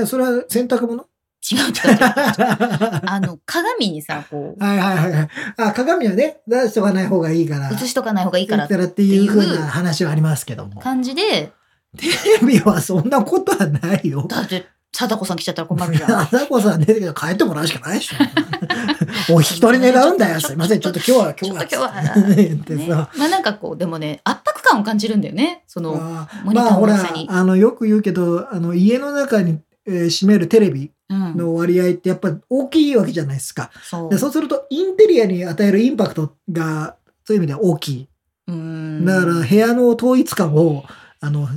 A: る。
B: それは洗濯物
A: 違う違う違う。
B: は
A: あの、鏡にさ、こ
B: いはいはいはい。あ、鏡はね、出しとかない方がいいから。
A: う、映しとかない方がいいから
B: だからっていうふうな話はありますけども。
A: 感じで、
B: テレビはそんなことはないよ。
A: だって、貞子さん来ちゃったら困 るじゃん。
B: あさこさん出てきたら帰ってもらうしかないでし ょ。お引き取り願うんだよ。すいません。ちょっと今日は、
A: ちょっと今
B: 今
A: 日
B: 日
A: は
B: は。
A: な、
B: 言って
A: ね
B: さ。
A: まあなんかこう、でもね、圧迫感を感じるんだよね。その、
B: あー
A: モニタ
B: ま
A: ー
B: あ
A: の
B: ほ
A: 大
B: ら
A: きさに、
B: あの、よく言うけど、あの、家の中に、えー、閉めるテレビ
A: うん、
B: の割合ってやっぱり大きいわけじゃないですか。
A: そう
B: でそうするとインテリアに与えるインパクトがそういう意味では大きい。
A: うん
B: だから部屋の統一感をあの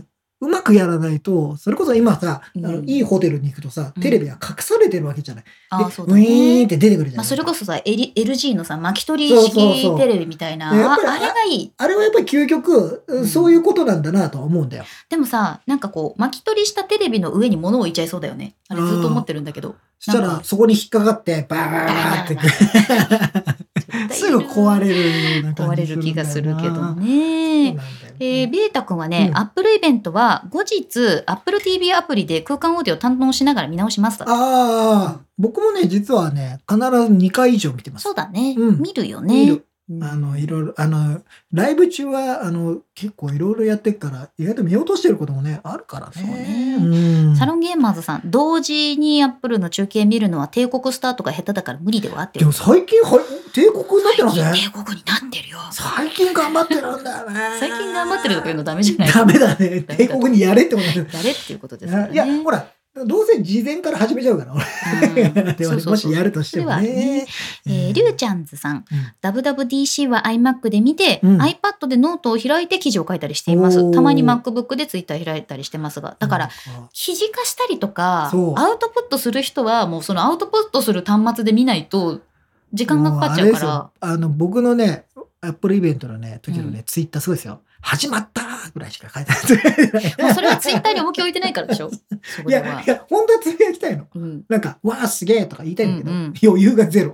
B: うまくやらないとそれこそ今さ、あ
A: う
B: の
A: ん
B: いいホテルに行くとさ
A: うん
B: テレビは隠されてるわけじゃない。で
A: あそうだ
B: ウィーン
A: ね
B: っ。て出てくるじゃない。
A: まあ、それこそさ、L、LG のさ巻き取
B: そ
A: り
B: うそうそ
A: 式
B: う
A: テレビみたいな
B: でやっぱり
A: ああれがいい
B: あれはやっぱり究極、
A: ん
B: そういうことなんだなとは思うんだよ。
A: でもさなんかこう巻き取りしたテレビの上に物を置いちゃいそうだよねあれずっと思ってるんだけど
B: そした
A: なん
B: ら
A: か
B: そこに引っかかってバーって すぐ壊れるなんか
A: 壊れる気がするけどね。えー、ベータ君はね、
B: うん
A: アップルイベントは後日、アップル TV アプリで空間オーディオを担当しながら見直しますだって
B: ああ、僕もね、実はね、必ず2回以上見てます。
A: そうだね、
B: うん
A: 見るよ
B: 見
A: ね
B: る。あの、いろいろ、あの、ライブ中は、あの、結構いろいろやってるから、意外と見落としてることもね、あるからね。
A: そうね
B: ん
A: サロンゲーマーズさん、同時にアップルの中継見るのは帝国スターとか下手だから無理ではあって
B: でも最近、はい、帝国になって
A: 最
B: ますね。
A: 近帝国になってるよ。
B: 最近頑張ってるんだよね。
A: 最近頑張ってるとか言うのダメじゃない
B: ダメだね。帝国にやれってことだよ
A: やれっていうことですから
B: ね。
A: ね。
B: いや、ほら、どうせ事前から始めちゃうから、俺。
A: うん
B: でも
A: そう
B: ね
A: そう
B: も
A: そ
B: し
A: う
B: やるとしても
A: それは
B: ね
A: ね。えーリュウちゃんズさん
B: うん、
A: WWDC は iMac で見て、
B: うん
A: iPad でノートを開いて記事を書いたりしていま
B: お
A: す。
B: ー
A: たまに MacBook で Twitter 開いたりしてますが、だから、
B: うん
A: 記事化したりとか、
B: そう
A: アウトプットする人は、もうそのアウトプットする端末で見ないと、時間がかかっちゃ
B: もあれ
A: うから、
B: ですよあの僕のねアップルイベントのね時のね、ツイッターそうですよ始まったぐらいしか書いてない
A: まあ、それは Twitter に重きを置いてないか らでしょ。そこ
B: い
A: で
B: や
A: は。
B: いや本当はつぶやきたいの
A: うん、
B: なんか「わあすげえ」とか言いたいんだけど、
A: うんうん
B: 余裕がゼ ロ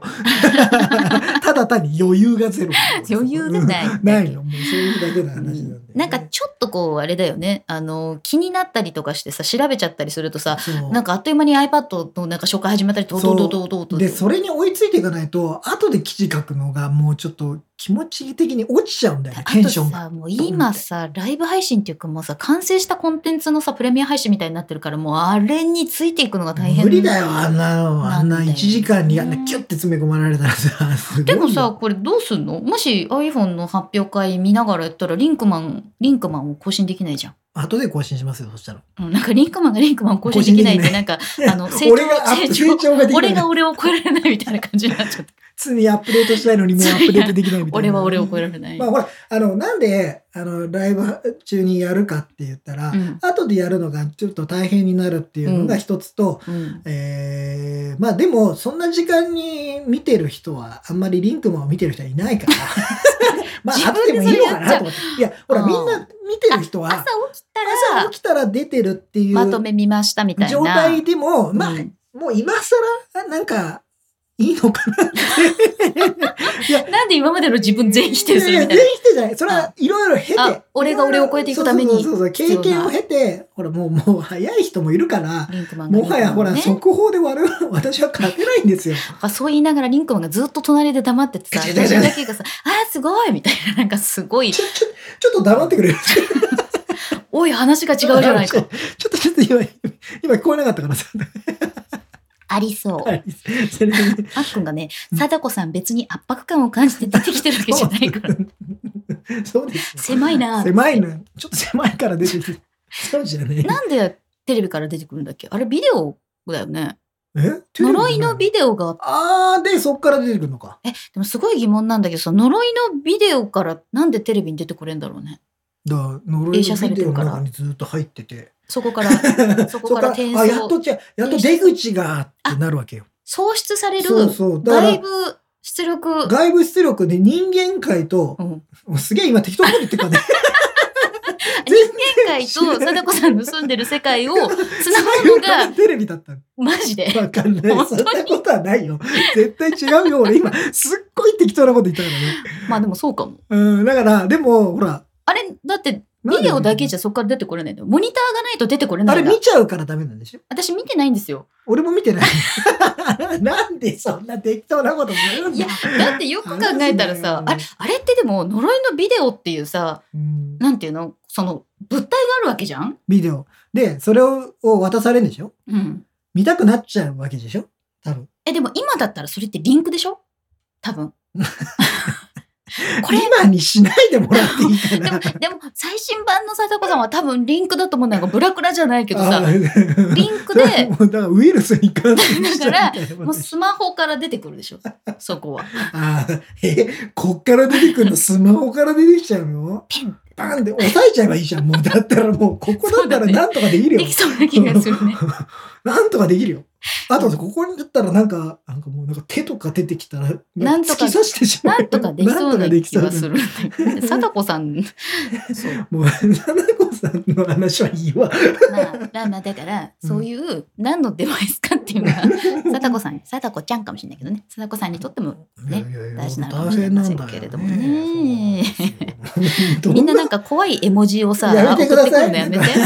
B: ただ単に余裕がゼロ
A: 余裕がない
B: うんないのもうそういうだけの話なんで、
A: なんかちょっとこうあれだよねあの気になったりとかしてさ調べちゃったりするとさ
B: そう
A: なんかあっという間に iPad のなんか紹介始めたりとどうどうどうどうどう
B: でそれに追いついていかないと後で記事書くのがもうちょっと気持ち的に落ちちゃうんだよね
A: あ
B: テン
A: と
B: ションが。
A: さもう今さライブ配信っていうかもうさ完成したコンテンツのさプレミア配信みたいになってるからもうあれについていくのが大変
B: 無理だよあんなのあんな
A: なんだよね
B: 1時間にあんなキュッて詰め込まれたらさ すごいよ
A: でもさこれどうすんのもし iPhone の発表会見ながらやったらリンクマンリンクマンを更新できないじゃん。
B: 後で更新しますよそしたら
A: うんなんかリンクマンがリンクマンを更新できないっ
B: 更
A: て
B: 新
A: なんかあの成長
B: 俺がアップ
A: 成長
B: 成長ができ
A: 俺
B: ない
A: が俺を超えられないみたいな感じにな っちゃった。
B: 常にアップデートしたいのに もうアップデートできないみたいな
A: 俺は俺を超えられない。
B: まあほらあのなんであのライブ中にやるかって言ったら、
A: うん
B: 後でやるのがちょっと大変になるっていうのが一つと、
A: うん
B: えーまあでもそんな時間に見てる人はあんまりリンクマンを見てる人はいないから まあ
A: 自
B: あっ
A: 分
B: て
A: で
B: も
A: そ
B: いい
A: れ
B: の
A: やっちゃ
B: かな
A: う
B: と思っていやほら
A: うん
B: みんな見てる人は
A: 朝起きた
B: 朝
A: ら
B: 起きたら出てるっていう
A: まとめ見ましたみたいな
B: 状態でも、まあ、
A: うん
B: もう今更、なんか、いいのかなって。いや、
A: なんで今までの自分全否定するみたい
B: い
A: な
B: や。全否定じゃない。それはいろいろ経て
A: あ。俺が俺を超えていくために
B: そうそうそうそう経験を経て、ほら、もう、もう早い人もいるから、
A: リンクマンが
B: もはやほら、
A: ね
B: 速報で我々は私は勝てないんですよ。
A: なんかそう言いながらリンクマンがずっと隣で黙っててさ、
B: 違う違
A: 私
B: う違う
A: だけがさ、あーすごいみたいな、なんかすごい
B: ち、ょ、ちょ、ちょっと黙ってくれる。
A: おい話が違うじ ゃない
B: ちょ
A: か
B: っ。と、ちょっと今、今聞こえなかったからさ。
A: ありそう。
B: はいそれで
A: あっくんがね、貞子さん別に圧迫感を感じて出てきてるわけじゃないから。
B: そうですよ。
A: 狭いな。
B: 狭いのよちょっと狭いから出てる。そうじゃね
A: なんでテレビから出てくるんだっけあれビデオだよね。
B: え。え
A: 呪いのビデオが
B: あー、で、そっから出てくるのか。
A: でもすごい疑問なんだけどさ呪いのビデオからなんでテレビに出てくれんだろうね
B: だから呪い
A: 映写さ
B: のビ
A: れて
B: デオ
A: るか
B: の
A: ら
B: 中にずっと入ってて。
A: そこから そこから
B: そっ
A: 転
B: あ、
A: 送
B: やっとじゃ、やっと出口がってなるわけよ。
A: 喪失される
B: そうそう。だか
A: 外
B: ら、
A: 部出力
B: 外部出力で人間界と
A: う、ん、
B: もうすげえ今適当なこと言ってるからね。
A: 人間 界
B: 知ら
A: と
B: ない
A: 貞子さんの住んでる世界をつなぐ のが
B: テレビだったの。
A: マジで
B: わかんない。
A: 本
B: そ
A: 当に
B: んなことはないよ。絶対違うよ。俺今、すっごい適当なこと言ったからね。
A: まあでもそうかも
B: うん、だから、でも、ほら。
A: あれだって
B: なん
A: ビデオだけじ
B: ゃ。
A: ゃそこから出てこれないのモニターがないと出てこれな
B: あ
A: い
B: れ
A: んだ
B: 見ちゃうからダメなんでしょ
A: 私見てないんですよ
B: 俺も見てない。 なんでそんな適当なことするんだ
A: いやだってよく考えたらさあ
B: あ
A: れ
B: れ
A: あれってでも呪いのビデオっていうさ
B: うん
A: なんていうのその物体があるわけじゃん
B: ビデオ。で、それをを渡されるんでしょ
A: うん
B: 見たくなっちゃうわけでしょ多分。
A: え、でも今だったらそれってリンクでしょ多分。これ、
B: 今にしないでもらっていいか
A: でも
B: な。、
A: でも、最新版の貞子さんは多分リンクだと思うんだけど、ブラクラじゃないけど
B: あ
A: さ、
B: ー
A: リンクで、
B: もうだからウイルスに感染したみたいな
A: もうスマホから出てくるでしょ、そこは。
B: あーえこっから出てくるのスマホから出てきちゃうの
A: ペン
B: バンで押さえちゃえばいいじゃんもうだったらもうここだったらなんとかできるよ、
A: できそうな気がするね。
B: なんとかできるよあとここにだったらなんかなんかもうなんか手とか出てきたら
A: なんとか
B: 突き刺してしま
A: な
B: うん
A: とかできそうな気がす
B: る
A: る。貞子さん、そう。
B: もう七子さんの話はいいわ
A: まあ、まあまあだから、
B: うん
A: そういう何のデバイスかっていうのは、 貞子さん、貞子ちゃんかもしれないけどね、貞子さんにとっても、ね
B: いやいやいや
A: 大事なのかもしれませんけれども ね
B: 大変なんだよねど
A: みんな
B: な
A: なんか怖い絵文字をさ、
B: やめてください
A: 送ってくるのやめて。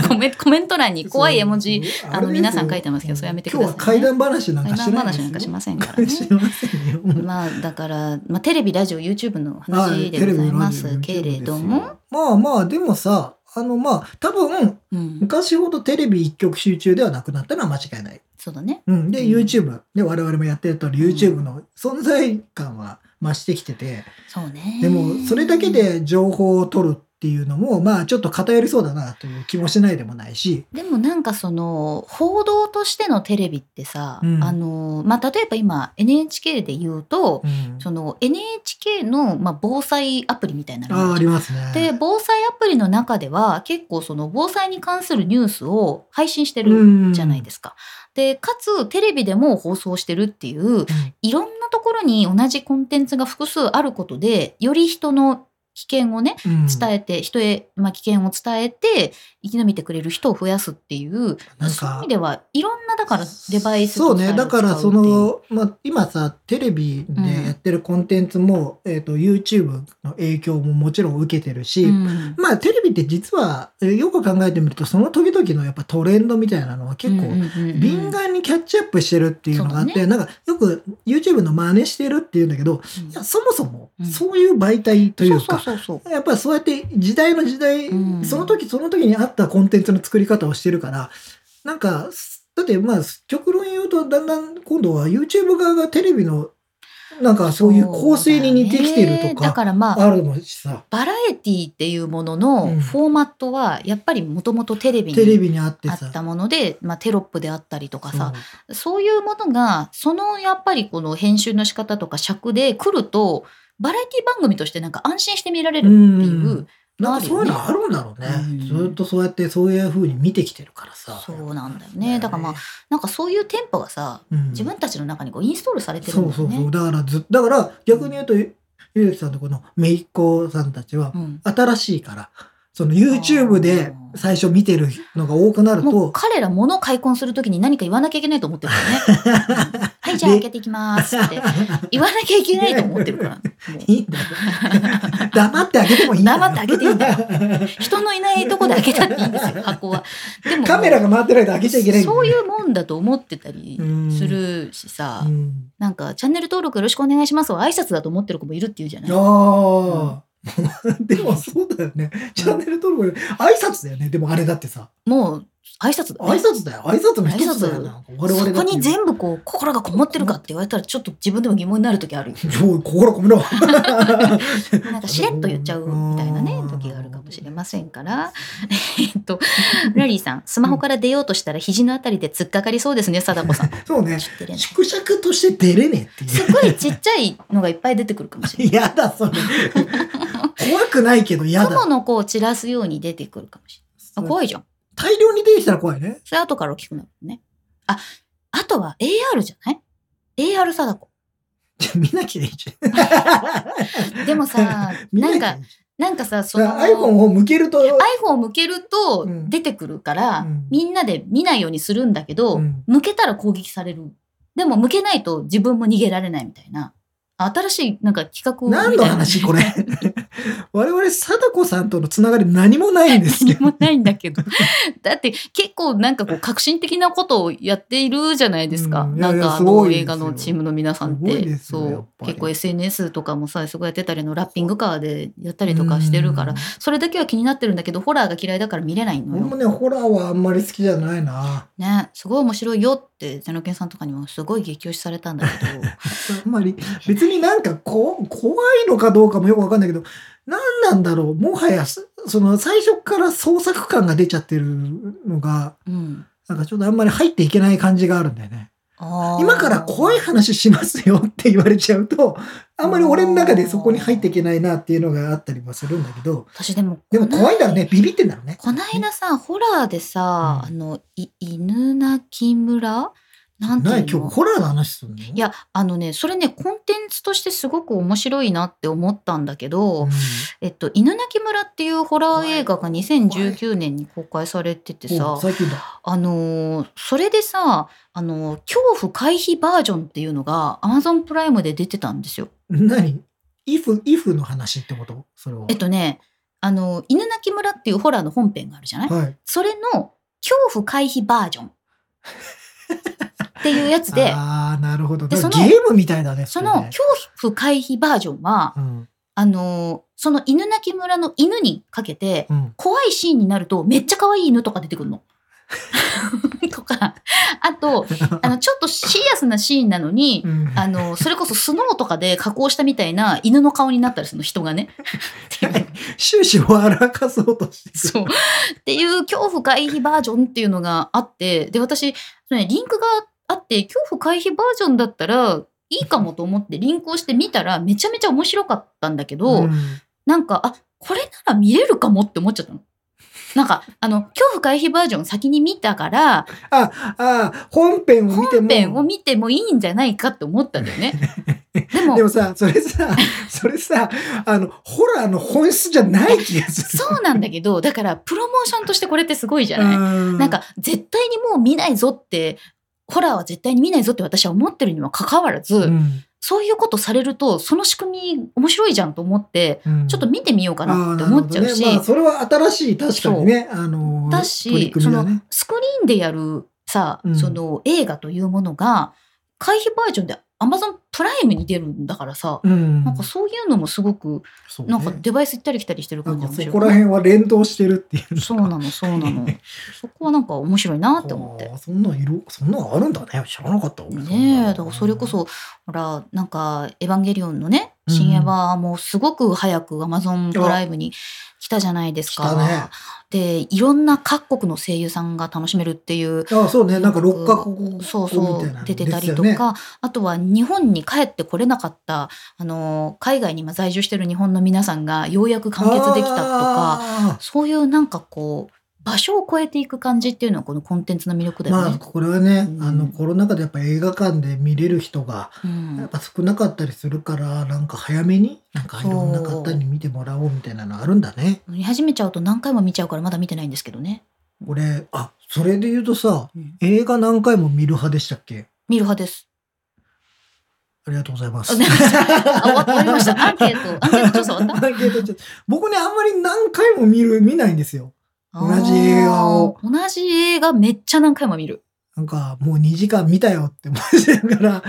A: あのコメコメント欄に怖い絵文字、
B: そう
A: あの
B: れですよ
A: 皆さん書いてますけどそれやめてくださいね
B: 今日は怪談話なんか
A: 怪
B: し
A: 談
B: ない
A: 話なんかしませんか ら
B: ね。
A: ね。
B: しません よ。うん
A: まあだから、まあ、テレビ、ラジオ、YouTube
B: は
A: の
B: い
A: 話でございますけれど。
B: テレビのラジオの一部です
A: も
B: よ、まあまあ、でもさ、あのまあ、多分、
A: うん、
B: 昔ほどテレビ一極集中ではなくなったのは間違いない。
A: そうだね。
B: うん。で、
A: うん
B: YouTube。で、我々もやってるとり、
A: うん
B: YouTube の存在感は増してきてて、
A: そうね。
B: でも、それだけで情報を取るっていうのも、まあ、ちょっと偏りそうだなという気もしないでもないし、
A: でもなんかその報道としてのテレビってさ、
B: うん
A: あのまあ、例えば今 NHK で言うと、
B: うん
A: その NHK の、まあ、防災アプリみたいなのが
B: ああ、ありますね。
A: で防災アプリの中では結構その防災に関するニュースを配信してるじゃないですか。でかつテレビでも放送してるっていう
B: す
A: いろんなところに同じコンテンツが複数あることでより人の危険をね伝えて、人へ、まあ、危険を伝えて生き延びてくれる人を増やすっていう
B: なんか
A: そういう意味ではいろんなだからデバイス
B: そう
A: とか
B: ねだからその、まあ、今さテレビでやってるコンテンツも、えー、と YouTube の影響ももちろん受けてるし、
A: うん
B: まあテレビって実はえーよく考えてみるとその時々のやっぱトレンドみたいなのは結
A: うん
B: 構
A: うんうん
B: 敏感にキャッチアップしてるっていうのがあって、
A: そ
B: なんかよく YouTube の真似してるっていうんだけどいやそもそも
A: うん
B: そういう媒体というか、
A: そうそうそうそう
B: やっぱりそうやって時代の時代、
A: うん
B: その時その時に合ったコンテンツの作り方をしてるからなんかすだってまあ極論言うとだんだん今度は YouTube 側がテレビのなんかそういう構成に似てきてると
A: だ
B: か
A: からまあ
B: あるもんしさ
A: バラエティっていうもの
B: うん
A: のフォーマットはやっぱりもともとテレビ
B: テレ
A: に
B: ビにあって
A: あ
B: さ
A: ったもので、まあ、テロップであったりとかさ
B: そ
A: そういうものがそのやっぱりこの編集の仕方とか尺で来るとバラエティ番組としてなんか安心して見られるっていう、
B: うんうなんかそういうのあるんだろうね、
A: うん
B: ずっとそうやってそういうふうに見てきてるからさ
A: そうなんだよねだからまあ、なんかそういうテンポがさ
B: うん
A: 自分たちの中にこうインストールされてる
B: そ
A: ん
B: う
A: だ
B: そ
A: よ
B: うそう
A: ね。
B: だからずだから逆に言うとゆゆうきさんとこのめいっ子さんたちは
A: うん
B: 新しいから、その YouTube で最初見てるのが多くなる
A: もう
B: と、
A: 彼ら物を開墾するときに何か言わなきゃいけないと思ってるからね。うん はい、じゃあ
B: で
A: 開けていきます って。言わなきゃいけないと思ってるから。もう
B: いいんだよ。 黙ってあげてもいいんだよ。
A: 黙ってあげていいんだ人のいないとこで開けたっていいんですよ、箱は。でも
B: カメラが回ってないと開けちゃいけないんだよ。
A: そういうもんだと思ってたり
B: うん
A: するしさ、
B: うん。
A: なんかチャンネル登録よろしくお願いしますは挨拶だと思ってる子もいるっていうじゃない。
B: ああ。 でもそうだよね。チャンネル登録、挨拶だよね。でもあれだってさ。
A: もう挨拶だ
B: 挨
A: ね。
B: 拶だよ。挨拶の一つだよ。
A: 挨拶
B: なんか我々だっ
A: そ
B: て
A: こ に全部こう心がこもってるかって言われたらちょっと自分でも疑問になる時あ るよ。
B: そう心込めろ。
A: なんかしれっと言っちゃうみたいなね
B: うん
A: 時があるかもしれませんから。えっと、ラリーさん、スマホから出ようとしたら肘のあたりで突っかかりそうですね、貞子さん。
B: そう ね。
A: ちょっと出れない
B: 縮尺として出れねえっていう。
A: すごいちっちゃいのがいっぱい出てくるか もしれない。
B: 嫌だ、それ。怖くないけど嫌
A: 雲
B: だ。
A: の子を散らすように出てくるかもしれない。あ怖いじゃん。
B: 大量に出てきたら怖いね。
A: それ後から大きくなるね。あ、あとは AR じゃない ?AR 貞子。
B: じゃあ見なきゃいいじ ゃん。、
A: でもさ
B: 見
A: なん
B: なきゃい
A: か
B: い、
A: なんかさ、その
B: iPhone を向けると、
A: iPhone を向けると
B: うん
A: 出てくるから、
B: うん
A: みんなで見ないようにするんだけど、
B: うん
A: 向けたら攻撃される。でも向けないと自分も逃げられないみたいな。新しいなんか企画を
B: 何の話これ。 我々、貞子さんとのつながり何もないんですけ
A: 何
B: ど
A: も。ないんだ けど。だって結構なんかこう革新的なことをやっているじゃないですか。
B: うんいや
A: ない
B: や
A: んかあ
B: すごい
A: の
B: ですよ
A: 映画のチームの皆さんっ
B: すごい
A: て。
B: ですよやっ
A: そ
B: ぱり
A: う。結構 SNS とかもさ、すごいやってたりのラッピングカーでやったりとかしてるから
B: うん、。
A: それだけは気になってるんだけど、ホラーが嫌いだから見れないの
B: 俺も
A: よ。
B: ね、ホラーはあんまり好きじゃないな。
A: ね。すごい面白いよって、ゼノケンさんとかにもすごい激推しされたんだけど。
B: あんまり、別になんかこ怖いのかどうかもよくわかんないけど、何なんだろう。もはや、そその最初から創作感が出ちゃってるのが、
A: うん。
B: なんかちょっとあんまり入っていけない感じがあるんだよね。
A: あー
B: 今から怖い話しますよって言われちゃうと、あんまり俺の中でそこに入っていけないなっていうのがあったりもするんだけど、
A: 私でも、
B: でも怖いんだろうね。ビビってんだろうね。
A: こないださ、ホラーでさ、
B: うん
A: あの、い犬鳴村なんていう
B: な
A: の
B: い今日ホラーの話するの
A: い、や、あのね、それね、コンテンツとしてすごく面白いなって思ったんだけど、
B: うん
A: えっと、犬鳴村っていうホラー映画が
B: 怖い
A: 2019年に公開されてて
B: お
A: さ、
B: 最近だ。
A: あのーそれでさ、あのー恐怖回避バージョンっていうのが Amazon プライムで出てたんですよ。
B: 何 ?if、if の話ってことそれは。
A: えっとね、あのー犬鳴村っていうホラーの本編があるじゃない
B: はい。
A: それの恐怖回避バージョンっていうやつで、
B: ああ、なるほど。
A: で
B: だから
A: その
B: ゲームみたいだね。
A: そ
B: れ
A: の
B: ね
A: 恐怖回避バージョンは、
B: うん。
A: あのーその犬鳴村の犬にかけて、
B: うん。
A: 怖いシーンになるとめっちゃ可愛い犬とか出てくるの。 とか、あ と、あの、ちょっとシリアスなシーンなのに、
B: うん
A: あの、それこそスノーとかで加工したみたいな犬の顔になったりするの、人 がね。っていう
B: 終始笑かそうと してくる。
A: そう。っていう恐怖回避バージョンっていうのがあって、で、私、そのねリンクがあって、恐怖回避バージョンだったら、いいかもと思ってリンクをしてみたら、めちゃめちゃ面白かったんだけど、
B: うん
A: なんか、あ、これなら見れるかもって思っちゃったの。なんか、あの、恐怖回避バージョン先に見たから、
B: ああ、本編を見ても。
A: 本編を見てもいいんじゃないかって思ったんだ よね。でも
B: で、もさ、それ さ、それさ、あの、ホラーの本質じゃない気がする。
A: そうなんだけど、だから、プロモーションとしてこれってすごいじゃない、
B: うん
A: なん、か、絶対にもう見ないぞって、ホラーは絶対に見ないぞって私は思ってるにもかかわらず、
B: うん
A: そういうことされると、その仕組み面白いじゃんと思って、
B: うん
A: ちょっと見てみようか
B: あ
A: な
B: ー
A: って
B: なる
A: 思
B: ほ
A: っちゃ
B: ど
A: う
B: ね
A: し、
B: まあ、それは新しい、確かにね。あのー、
A: だし
B: 取り組みだね。
A: スクリーンでやるさ、
B: うん
A: その映画というものが回避バージョンで Amazon プライムに出るんだからさ、
B: うん
A: なんかそういうのもすごく
B: そうね
A: なんかデバイス行ったり来たりしてる
B: なん
A: 感じ
B: か
A: が面
B: そ
A: 白い
B: こら辺は連動してるっていう。
A: そうなのそう なのそこはなんか面白いなって思って
B: あーそんなん色、そんなんあるんだね。知らなかった。俺
A: ねえだからそれこ。
B: んなの
A: そほらなんか「エヴァンゲリオン」のね「
B: うん
A: 新エヴァ」もすごく早く Amazon プライムに来たじゃないです
B: 来
A: か。
B: たね。
A: でいろんな各国の声優さんが楽しめるっていう
B: ああそうね。なんか六角語
A: そうそ
B: みたいな
A: う
B: の
A: 出てたり
B: です
A: と
B: よね
A: か、あとは日本に帰ってこれなかったあの海外に今在住してる日本の皆さんがようやく完結できたとか
B: あ
A: そういうなんかこう場所を越えていく感じっていうのはこのコンテンツの魅力
B: ー
A: だよね。
B: まあこれはね、
A: うん
B: あのコロナ禍でやっぱ映画館で見れる人が
A: うん
B: やっぱ少なかったりするからなんか早めになんかいろんな方に見てもらおうみたいなのあるんだね。
A: 見始めちゃうと何回も見ちゃうからまだ見てないんですけどね。
B: 俺あそれで言うとさ
A: うん
B: 映画何回も見る派でしたっけ
A: 見る派です。
B: ありがとうございます。
A: あねあ終わ終わりまし た。アンケート、アンケート調査終わっ
B: アンケート調査僕ねあんまり何回も見る見ないんですよ。
A: た
B: 同じ映画を。
A: あー同じ映画めっちゃ何回も見る。
B: なんかもう2時間見たよって思ってたから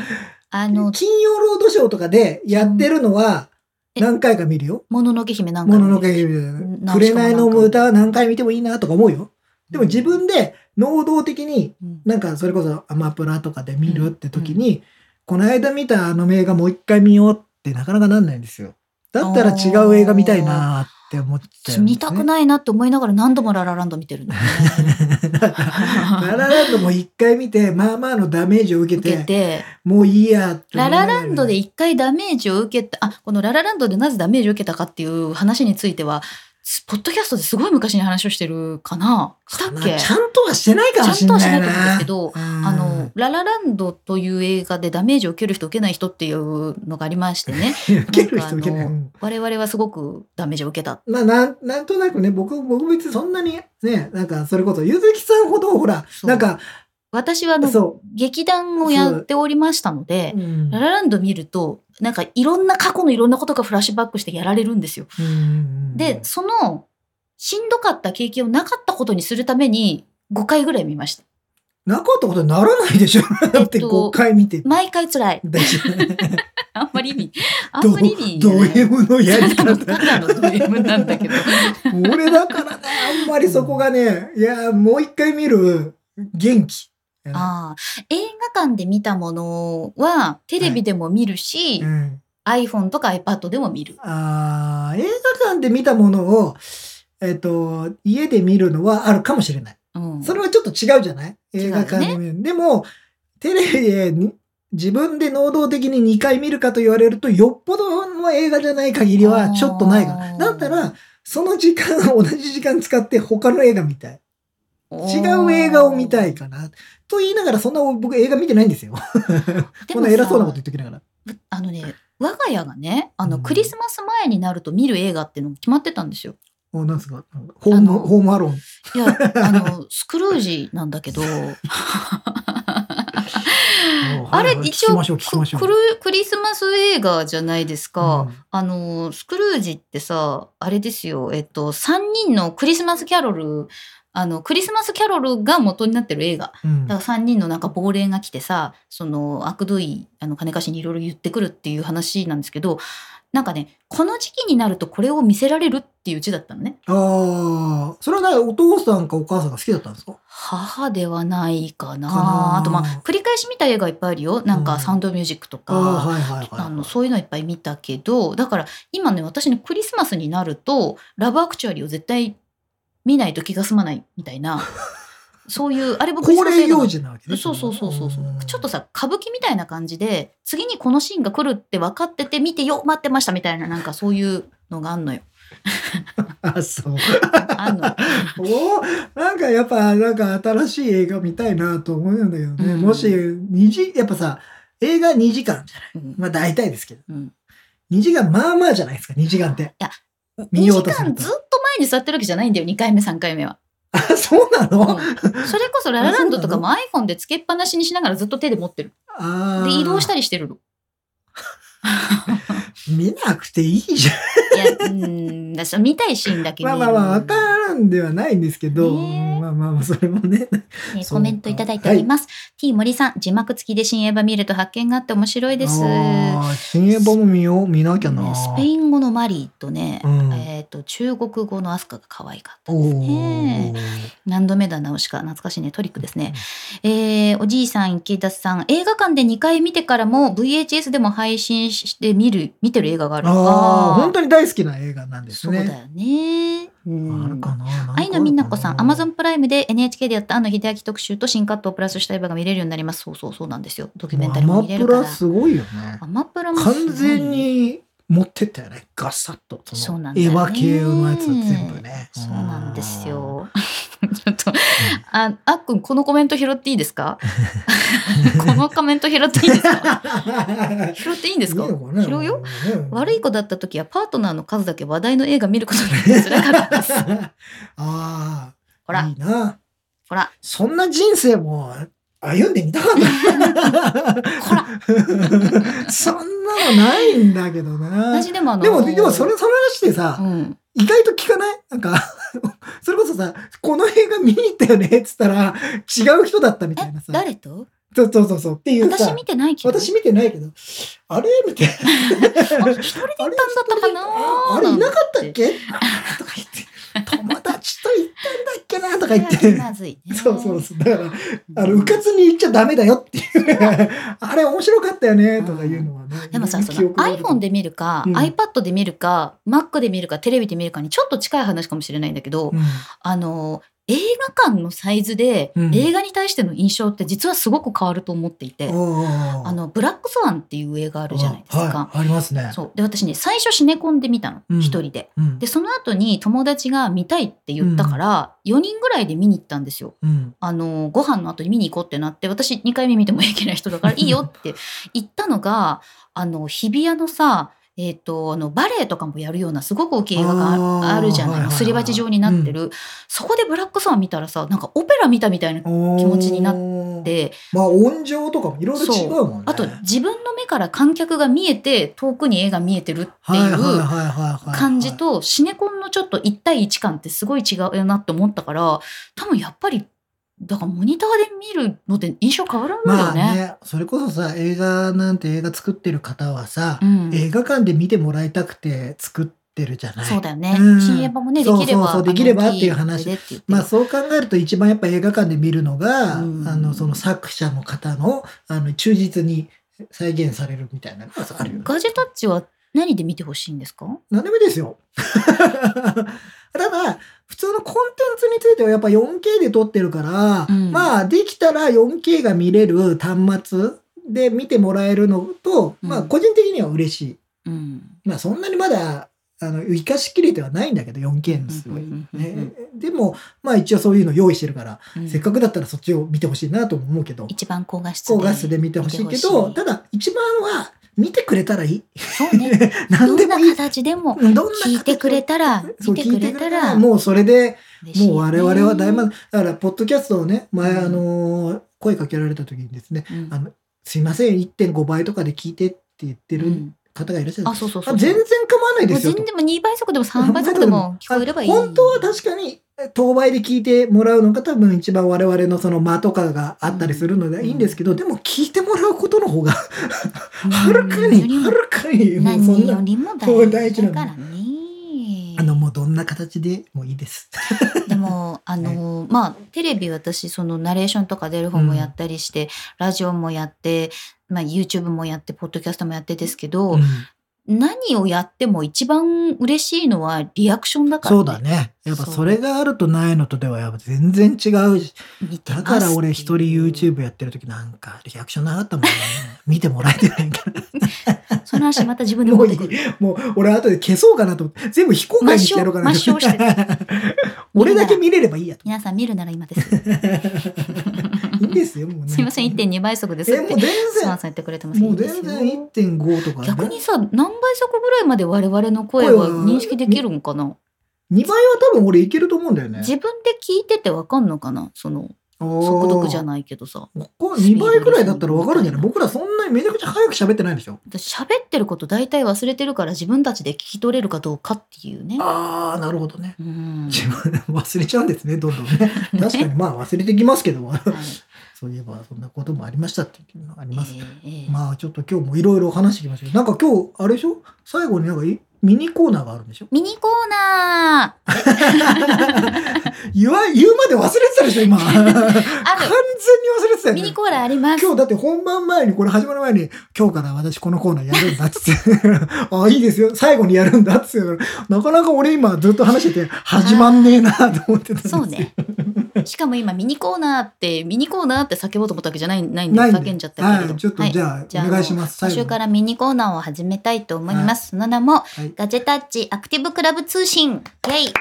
A: あの、
B: 金曜ロードショーとかでやってるのは
A: うんえ
B: 何回か見るよ。
A: もののけ姫何
B: も
A: 回
B: の
A: も
B: の
A: 見る
B: け姫
A: ん
B: 紅の歌は何回見てもいいなとか思うよ。でも自分で能動的に
A: うん
B: なんかそれこそアマプラとかで見るって時に、この間見たあの映画もう一回見ようってなかなかなんないんですよ。だったら違う映画見たいなーって思っちゃうんです、ね。
A: 見たくないなって思いながら何度もララランド見てるの、ね。
B: ララランドも一回見てまあまあのダメージを受け
A: 受
B: て
A: けて、
B: もういいやって思
A: ラ
B: いな
A: ラ
B: がら
A: ランドで一回ダメージを受けた、あ、このララランドでなぜダメージを受けたかっていう話については、すポッドキャストですごい昔に話をしてるかなしたっけ
B: ちゃんとはしてないかもしれないな。
A: ちゃんとはしてないと思うんですけど
B: うん
A: あの、ララランドという映画でダメージを受ける人受けない人っていうのがありましてね。
B: 受ける人受けな
A: ないんかあの。我々はすごくダメージを受けた。
B: まあ、なん、なんとなくね、僕、僕別にそんなにね、なんか、それこそ、ゆずきさんほど、ほら、
A: そう
B: なんか、
A: 私はあの
B: そ
A: 劇団をやっておりましたので
B: う。、うん
A: ララランド見ると、なんかいろんな過去のいろんなことがフラッシュバックしてやられるんですよ。
B: うん
A: で、その、しんどかった経験をなかったことにするために、5回ぐらい見ました。
B: なかったことにならないでしょ。だって5回見 て
A: 毎回辛い。
B: だし。
A: あんまり意 味、あんまり意味
B: ド
A: がない。
B: M のやり
A: た
B: 方。
A: だのド M なんだけど。
B: 俺だからね、あんまりそこがね、いや、もう一回見る元気。
A: ああ、映画館で見たものは、テレビでも見るし、
B: うん、
A: iPhone とか iPad でも見る。
B: あー映画館で見たものを、えっと、家で見るのはあるかもしれない。
A: うん。
B: それはちょっと違うじゃない映画館で見る。でも、テレビでに自分で能動的に2回見るかと言われると、よっぽどの映画じゃない限りはちょっとないか
A: あ
B: な。
A: ー
B: だったら、その時間、同じ時間使って他の映画見たい。違う映画を見たいかな。と言いながら、そんな僕映画見てないんですよ。
A: で
B: こ
A: も
B: んな
A: さ
B: 偉そうなこと言ってきながら。
A: あのね、我が家がね、あの、
B: うん
A: クリスマス前になると見る映画っていうのが決まってたんですよ。
B: お、なんですかホーム、
A: あの
B: ホームアローン。
A: い や、あの、スクルージなんだけど、あれ、一
B: 聞き
A: 応
B: ましょう、聞きましょう。
A: クルクリスマス映画じゃないですか。
B: うん
A: あの、スクルージってさ、あれですよ、えっと、3人のクリスマスキャロル、あの、クリスマスキャロルが元になってる映画。
B: うん
A: だから3人のなんか亡霊が来てさその悪どいあの金貸しにいろいろ言ってくるっていう話なんですけどなんかねこの時期になるとこれを見せられるっていう字だったのね
B: ああ、それはね、お父さんかお母さんが好きだったんですか
A: 母ではないかな
B: かな
A: あとまあ繰り返し見た映画いっぱいあるよなん
B: う
A: か
B: ん
A: サウンドミュージックと
B: ああ
A: か、
B: ー、はいはいはい。
A: あのそういうのいっぱい見たけどだから今ね私ねクリスマスになると「ラブアクチュアリー」を絶対見ないと気が済まないみた いなそういうあれもクリス
B: 恒
A: マス
B: 例
A: 映画
B: 行事なわけね。
A: そうそうそうそうそう、
B: ん
A: ちょっとさ歌舞伎みたいな感じで次にこのシーンが来るって分かってて見てよ待ってましたみたいななんかそういうのがあんのよ
B: あ、そう。
A: あん のよ
B: おなんかやっぱ、なんか新しい映画見たいなと思うんだけどね。
A: うん
B: もし、二時、やっぱさ、映画2時間じゃない
A: うん
B: まあ大体ですけど。
A: うん
B: 2時間、まあまあじゃないですか、2時間って。見
A: 2
B: よう
A: 時
B: とする
A: 間
B: と
A: ずっと前に座ってるわけじゃないんだよ2回目3回目は、
B: あ、そうな
A: う
B: の、
A: んそれこそララランドとかも iPhone でつけっぱなしにしながらずっと手で持ってる
B: ああ。
A: で移動したりしてるの
B: 見なくていいじゃん。
A: いやうーんだから見たいシーンだけ見
B: ま
A: る
B: あまあまあ、わからんではないんですけど、
A: ねえ
B: まあまあまあ、それもね。
A: えー
B: そうか
A: コメントいただいております、T 森さん字幕付きで新エヴァ見ると発見があって面白いです
B: あー新エヴァも見よう、見なきゃな。
A: ねスペイン語のマリーとね、
B: うん
A: えー、と中国語のアスカが可愛かった
B: おー
A: ね何度目だ直しか懐かしいねトリックですね、えーおじいさん池田さん映画館で2回見てからも VHS でも配信して見る見てる映画がある
B: ああ、本
A: に
B: 当に大好きな映画なんです
A: そう
B: ね。
A: だよね、うん
B: あるかな。なんかあるか
A: 愛のみんなこさん、アマゾンプライムで NHK でやった安野秀明特集と新カットをプラスした映画が見れるようになります。そうそうそうなんですよ。ドキュメンタリーも見れるから。
B: アマプラすごいよね。
A: アマプラもすごい
B: 完全に持ってったよね。ガサッと。そ
A: そう
B: の
A: なんだ
B: エ
A: よ
B: ヴ
A: ね
B: ァ系のやつ全部ね。
A: そうなんですよ。 ちょっと、あ、あっくん、このコメント拾っていいで すかこのコメント拾っていいです
B: うん。
A: か拾っていいんですか
B: いいのな
A: 拾うよ。
B: うん
A: 悪い子だった時はパートナーの数だけ話題の映画見ることが辛か ったです。
B: あ
A: ほ
B: あ、
A: ら
B: い、いな。
A: ほら、
B: そんな人生も歩んでみたか った。
A: ほら。
B: そんなのないんだけどな。
A: 私でもあの、
B: でも、でもそれ、その話でさ、
A: うん。
B: 意外と聞かないなんか、それこそさ、この映画見に行ったよねっつったら、違う人だったみた
A: え
B: いな、さ。
A: 誰と
B: そうそうそうそう。っていうさ、
A: 私見てないけど。
B: 私見てないけど、あれみたいな。
A: あ一人で行ったんだったかな
B: あれいなかったっけとか言って、友達と行ったんだっけなとか言っ
A: それは
B: て。
A: 気まずいね。
B: そうそうそう。だから、
A: うん
B: あの、うかつに言っちゃダメだよっていう。 あれ面白かったよねとかいうのはね。
A: でもさ、そ
B: 記
A: の
B: 憶がある
A: iPhone で見るか、
B: うん
A: iPad で見るか、Mac で見るか、テレビで見るかにちょっと近い話かもしれないんだけど、
B: うん
A: あの、映画館のサイズで、
B: うん
A: 映画に対しての印象って実はすごく変わると思っていて、
B: おうおうおう
A: あの、ブラックスワンっていう映画あるじゃないですか。
B: あはいありますね。
A: そう。で、私ね、最初シネコンで見たの
B: う。ん
A: 一、人で。
B: うん
A: で、その後に友達が見たいって言ったから、4人ぐらいで見に行ったんですよ。
B: うん
A: あのご飯の後に見に行こうってなって私2回目見てもいけない人だからいいよって言ったのがあの日比谷のさえー、とあのバレエとかもやるようなすごく大きい映画
B: あ
A: が
B: ー
A: あるじゃない
B: はいはい
A: の
B: はい
A: すり鉢状になってる、そこでブラックスワン見たらさなんかオペラ見たみたいな
B: 気
A: 気持ちにな
B: っ
A: て、
B: まあ音情とかもいろいろ違うもんね。
A: あと自分の目から観客が見えて遠くに絵が見えてるって
B: はいはいは
A: う
B: はいはいはい
A: 感じとシネコンのちょっと1対1感ってすごい違うなって思ったから多分やっぱりだからモニターで見るのって印象変わるんだ
B: ま
A: よ
B: あ
A: ね。
B: ね、それこそさ、映画なんて映画作ってる方はさ
A: う、ん、
B: 映画館で見てもらいたくて作ってるじゃない。
A: そうだよね。
B: うん
A: 新映画もねで
B: そうそう
A: きれば
B: そうできればっていう話
A: あの大きい上でって言って
B: まあそう考えると一番やっぱ映画館で見るのが、
A: うん
B: あのその作者の方のあの忠実に再現されるみたいなのがあるよね。
A: ガジェタッチは何で見てほしいんですか？
B: 何でもいいですよ。 ただ普通のコンテンツについてはやっぱ 4K で撮ってるから、
A: うん
B: まあできたら 4K が見れる端末で見てもらえるのと、
A: うん
B: まあ個人的には嬉しい。
A: うん。
B: まあそんなにまだあの生かしきれてはないんだけど 4K のすごい。
A: うんうんうんうん
B: ね、でもまあ一応そういうの用意してるから、
A: うん
B: せっかくだったらそっちを見てほしいなとも思うけど
A: 一番高画質
B: 高画質で見てほしいけど
A: 見て
B: ただ一番は見てくれたらい い
A: そうね。
B: 何
A: ど
B: で
A: ん
B: も
A: な
B: い
A: い形でも
B: うんどんな
A: 聞いてくれたら
B: そう
A: 見てくれたら
B: もうそれで
A: 嬉しい
B: もう
A: よ
B: 我
A: ね
B: 々は大満足だからポッドキャストをね前
A: うん
B: あのー声かけられた時にですね
A: うん
B: あの「すいません1.5倍とかで聞いて」って言って
A: う
B: る
A: ん
B: 方がいらっしゃる、
A: あそうそうそ
B: あ
A: う。
B: 全然構わない
A: も
B: で
A: う
B: すよ
A: 全
B: と
A: 然も2倍速でも3倍速でも聞こえればいい。
B: あ本当は確かに当倍で聞いてもらうのが多分一番我々のその間とかがあったりするのでいいんですけど、でも聞いてもらうことの方がはるかに
A: よりも
B: はるかにもうそん
A: 何よ
B: な
A: りも
B: もう
A: 大
B: 大
A: 事
B: 事
A: だ
B: なの
A: からね。
B: あのもうどんな形でもいいです。
A: でもあの、まあテレビ私そのナレーションとか出る方もやったりして、ラジオもやって、まあ、YouTube もやってポッドキャストもやってですけど、何をやっても一番嬉しいのはリアクションだから、
B: そうだね。やっぱそれがあるとないのとではやっぱ全然違うし
A: 見てま
B: だ
A: す
B: から俺一人 YouTube やってる時なんかリアクションなかったもんね見てもらえてないから
A: その話また自分で持ってくる
B: もう俺後で消そうかなと思って全部非公開にしてやろうかなと思って
A: 抹消
B: 俺だけ見れればいい やと
A: 皆さん見るなら今です
B: いいんですよ、もうね。
A: すいません
B: え、
A: 1.2倍速ですっ
B: も
A: て
B: う全
A: スワ
B: 然、
A: ンさん言ってくれてますけど
B: もう
A: いいです
B: 全
A: よ
B: 然1.5とか、
A: 逆にさ何倍速ぐらいまで我々の声は認識できるんかな
B: 2倍は多分俺いけると思うんだよね。
A: 自分で聞いててわかんのかなその速読じゃないけどさ
B: い。ここ2倍くらいだったらわかるんじゃない僕らそんなにめちゃくちゃ早く喋ってないでしょ
A: 私喋ってること大体忘れてるから自分たちで聞き取れるかどうかっていうね。
B: あー、なるほどね。
A: うん
B: 自分忘れちゃうんですね、どんどん ね。確かにまあ忘れてきますけど、
A: はい
B: そういえばそんなこともありましたっていうのがあり
A: え
B: ます。
A: ーえー
B: まあちょっと今日もいろいろ話してきましたけど、なんか今日、あれでしょ最後になんかいミニコーナーがあるんでしょ
A: ミニコーナー
B: 言わ、言うまで忘れてたでしょ 今。
A: あ
B: 完
A: る
B: 全に忘れてたよ、ね、
A: ミニコーナーあります
B: 今。日だって本番前にこれ始まる前に今日から私このコーナーやるんだっつって ああいいですよ最後にやるんだっつってなかなか俺今ずっと話してて始まんねえなと思ってたんですよ
A: そうね。しかも今ミニコーナーってミニコーナーって叫ぼうと思ったわけじゃないないんで
B: ないんで
A: 叫んじゃったけれ
B: は
A: ども。
B: い、ちょっと
A: はい
B: じゃあ、
A: じゃあ
B: お願いします
A: 今週かららミニコーナーを始めたいと思います。その名も、
B: い
A: ガジェタッチアクティブクラブ通信。イェイ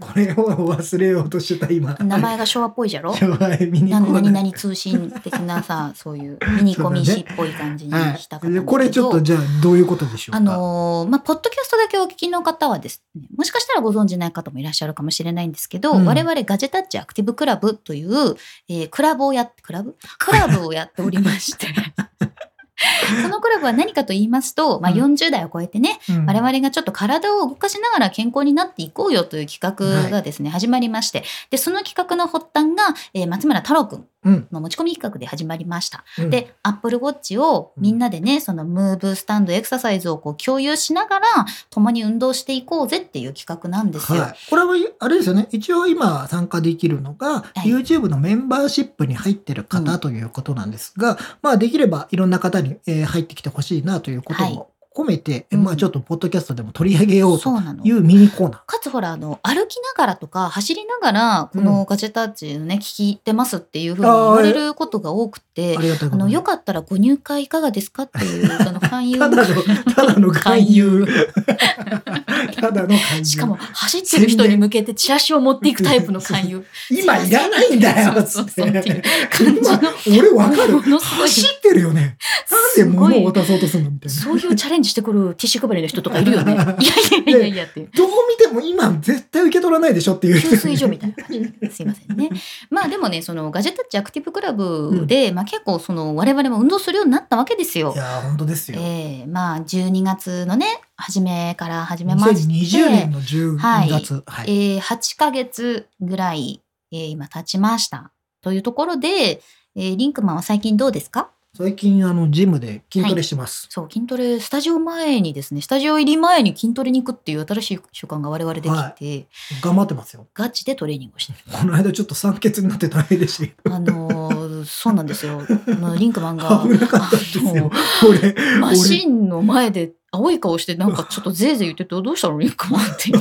B: これを忘れようとしてた今
A: 名前が昭和っぽいじゃろ
B: やばいミニコ
A: な
B: ー
A: 何
B: ナー
A: 々通信的 なさ、そういうミニコミシっぽい感じにしたか
B: は
A: ったん
B: いです
A: でけど、
B: これちょっとじゃあどういうことでしょうか
A: あのーまあ、ポッドキャストだけお聞きの方はですね、もしかしたらご存知ない方もいらっしゃるかもしれないんですけど、
B: うん
A: 我々ガジェタッチアクティブクラブという、えークラブをやっ、クラブクラブをやっておりま して、そのクラブは何かと言いますと、まあ、
B: うん
A: 40代を超えてね、
B: うん
A: 我々がちょっと体を動かしながら健康になっていこうよという企画がですね、始まりまして、で、その企画の発端が、えー松村太郎くん
B: うん
A: の持ち込み企画で始まりました。
B: うん
A: で、アップルウォッチをみんなでね、そのムーブ、スタンド、エクササイズをこう共有しながら、共に運動していこうぜっていう企画なんですよ。
B: はい、これはあれですよね一応今参加できるのが、
A: い
B: YouTube のメンバーシップに入ってる
A: う
B: 方ということなんですが、まあできればいろんな方に、えー入ってきてほしいなということ
A: はい
B: も込めて、
A: うん
B: まあちょっとポッドキャストでも取り上げよう
A: そ
B: と
A: うなの
B: い。うミニコーナ
A: かつほら、あの、歩きながらとか走りながら、このガジェタッチのね、聞いてますっていうふうに言われることが多くて
B: ー。あ、りがたい
A: あ
B: こと
A: の、
B: に
A: よかったらご入会 い かがですかっていう、その勧誘
B: ただのただの勧誘
A: 勧誘
B: ただの勧誘。
A: しかも、走ってる人に向けてチラシを持っていくタイプの勧誘。
B: 今いらないんだよ、つ
A: そう
B: っ
A: そうそうっていう
B: て。
A: 感じの。
B: 今俺わかる。
A: ものすごい
B: 走ってるよね。なんです
A: ご
B: 物
A: い
B: を渡そうとするのみたいな。
A: そういうチャレンジしてくるティッシュ配りの人とかい るよね。いやいやいやいやっていう。
B: どう見ても今絶対受け取らないでしょっていう。
A: 給水所みたいな感じ。すいませんね。まあでもね、そのガジェタッチアクティブクラブで、まあ結構その我々も運動するようになったわけですよ
B: い。やー、本当ですよ。
A: ええまあ12月のね、初めから始めまして、
B: 2020年の10月。はい。
A: えー8ヶ月ぐらい、えー今経ちました。というところで、えーリンクマンは最近どうですか
B: 最近、あの、ジムで筋トレしてます。
A: そう、筋トレ、スタジオ前にですね、スタジオ入り前に筋トレに行くっていう新しい習慣が我々できて、
B: は頑張ってますよ。
A: ガチでトレーニングをしてる。
B: この間ちょっと酸欠になって大変でし
A: あのー そうなんですよ。あのリンクマ ンが、
B: 危なかったんです
A: あ
B: よ
A: の。
B: 俺、
A: マシンの前で青い顔して、なんかちょっとぜいぜい言ってて、どうしたのリンクマンっていう。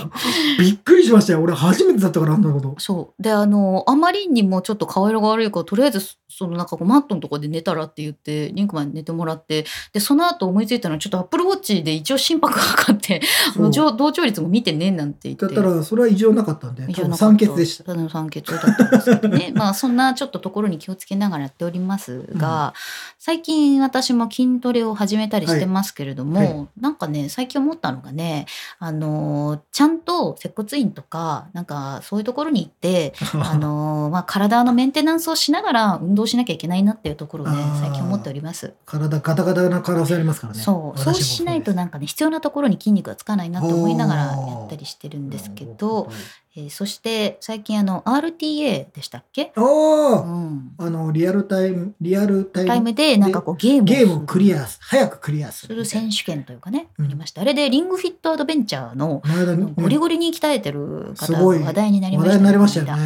B: びっくりしましたよ。俺初めてだったから、あんなこと。
A: そう。で、あの、あまりにもちょっと顔色が悪いから、とりあえず、そのなんかこうマットのとこで寝たらって言って、リンクマンに寝てもらって、で、その後思いついたのは、ちょっとアップルウォッチで一応心拍が測って、あの
B: そう
A: 上同調率も見てね、なんて言って。
B: だったら、それは異常なかったんで、
A: 異
B: 多
A: 常
B: 分
A: なか
B: 酸
A: った
B: 欠でした。
A: ただの酸欠だったんですけど ね。まあ、そんなちょっとところに気をつけながらやっておりますが、最近私も筋トレを始めたりしてますけれども、
B: はいは
A: なんかね、最近思ったのがね、あの、ちゃんと接骨院とか、なんかそういうところに行って、 あのーまあ、体のメンテナンスをしながら運動しなきゃいけないなっていうところをね
B: あー
A: 最近思っております、
B: 体ガタガタな可能性ありますからね。
A: そう
B: 私も
A: そうしないと
B: で
A: なんかね必要なところに筋肉がつかないなと思いながらやったりしてるんですけど、。えーそして最近あの RTA でしたっけ、
B: ああ
A: う、ん、
B: あの、リアルタイム、リアルタイム。
A: タイムでなんかこうゲーム
B: ゲームをクリ
A: ア
B: アす、早くクリアす
A: す
B: る。
A: る選手権というかね、
B: うん
A: ありましたあれでリングフィットアドベンチャーの
B: 前田に
A: ゴリゴリに鍛えてる
B: す
A: 方が
B: ごい
A: 話題になりま
B: 話
A: した
B: 題
A: ね
B: になりましたよね。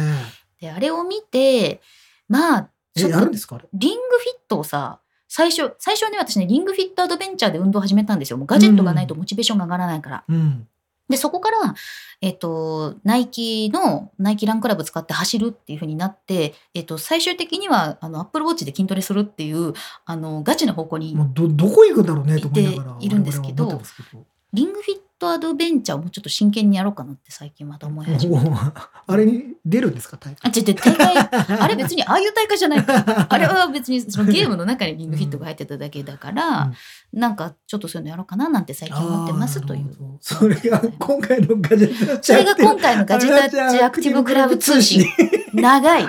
A: であれを見てまあ
B: え、やるんですかあれ。
A: リングフィットをさ、最初、最初ね、私ね、リングフィットアドベンチャーで運動を始めたんですよ。もうガジェットがないとモチベーションが上がらないから。
B: うん。
A: で、そこから、えっと、ナイキの、ナイキランクラブ使って走るっていう風になって、えっと、最終的には、あの、アップルウォッチで筋トレするっていう、あの、ガチな方向に
B: も、うど、どこ行くんだろうねと思いながら。
A: いているんですけど
B: 我々は思ってますけど
A: リングフィットアドベンチャーをもうちょっと真剣にやろうかなって最近また思い始めた。
B: おー あれに出るんですか大
A: あ、
B: 会。
A: 違う違う、大会、あれ別にああいう大会じゃないから。あれは別にそのゲームの中にリングフィットが入ってただけだから、なんかちょっとそういうのやろうかななんて最近思ってますとい
B: あーな
A: う
B: る。ほどそれが今回のガジェット
A: それが今回のガジェタッチアクティブクラブ通信。長い。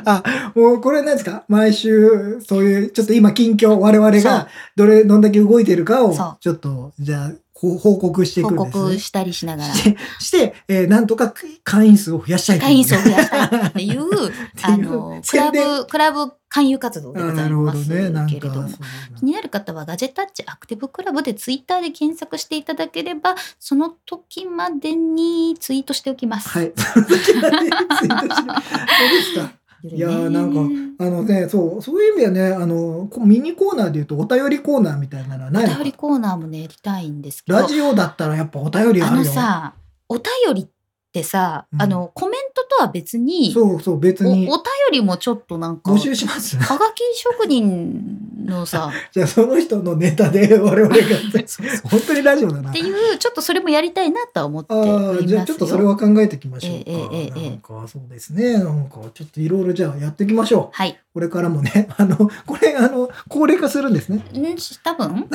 B: もうこれなんですか毎週そういうちょっと今近況我々
A: そう
B: がどれどんだけ動いてるかを
A: そう
B: ちょっとじゃあほ報告していく
A: 報
B: んです、
A: 告
B: ね、
A: したりしながら、
B: してして、えーなんとか会員数を増やしたいと
A: 会
B: いう
A: 員数を増やしたいっていう、あの、クラ
B: 宣伝
A: ブ、クラブ勧誘活動
B: あ
A: でご
B: ー
A: ざ
B: ないるほ
A: ま
B: ど
A: すけ
B: ね
A: れ
B: なんか
A: ども。
B: そう
A: 気になる方はガジェタッチアクティブクラブでツイッターで検索していただければその時までにツイートしておきます。
B: はい。 そうですか。いやーなんあのね、そう、そういう意味ではね、あの、こミニコーナーで言うとお便りコーナーみたいなのはないの
A: お便り
B: か
A: コーナーもねやりたいんですけど
B: ラジオだったらやっぱお便りあ
A: あ
B: るよ。
A: のさお便りってさ、
B: うん
A: あのコメントとは別に
B: そうそう、別
A: おお
B: に
A: 便りもちょっとなんか
B: 募集します。
A: はがき職人のさ
B: じゃあその人のネタで我々が、本当にラジオだな
A: って。いうちょっとそれもやりたいなとは思って
B: あ
A: おります
B: ー
A: よ
B: じゃあちょっとそれは考えていきましょうか。
A: ええええええ
B: なんかそうですね。なんかちょっといろいろじゃあやっていきましょう。
A: はい
B: これからもね、 あの、これ、あの、高齢化するんですね。
A: んし多分、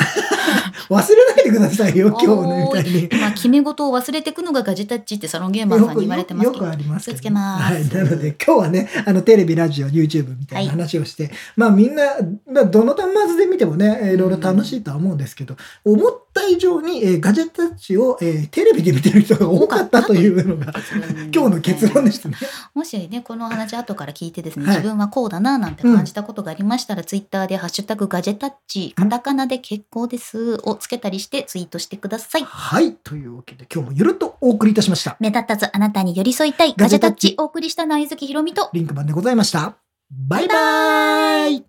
B: 忘れないでくださいよ、今日の
A: お
B: み
A: ー
B: たいに。
A: まあ、決め事を忘れていくのがガジェタッチってサロンゲーマーさんに言われてます
B: よ
A: け
B: く
A: ど
B: よくありますけど
A: 気をつけます
B: はい。なので今日はね、あのテレビ、ラジオ、YouTube みたいな話をして、まあみんな、まあどの端末で見てもね、えーいろいろ楽しいとは思うんですけど、思った以上に、えーガジェットたちを、えーテレビで見てる人が多かったという のが、今日の結論ですね。
A: もしね、このお話後から聞いてですね、
B: はい
A: 自分はこうだななんて感じたことがありましたら、ツイッターでハッシュタグガジェタッチ、カタカナで結構ですをつけたりしてツイートしてください。
B: はい。というわけで今日もゆるっとお送りいたしました。
A: 目立たずあなたに寄り添いたいガジェタッチ、お送りしたのはゆずきひろみと、
B: リンクマンでございました。バイバーイ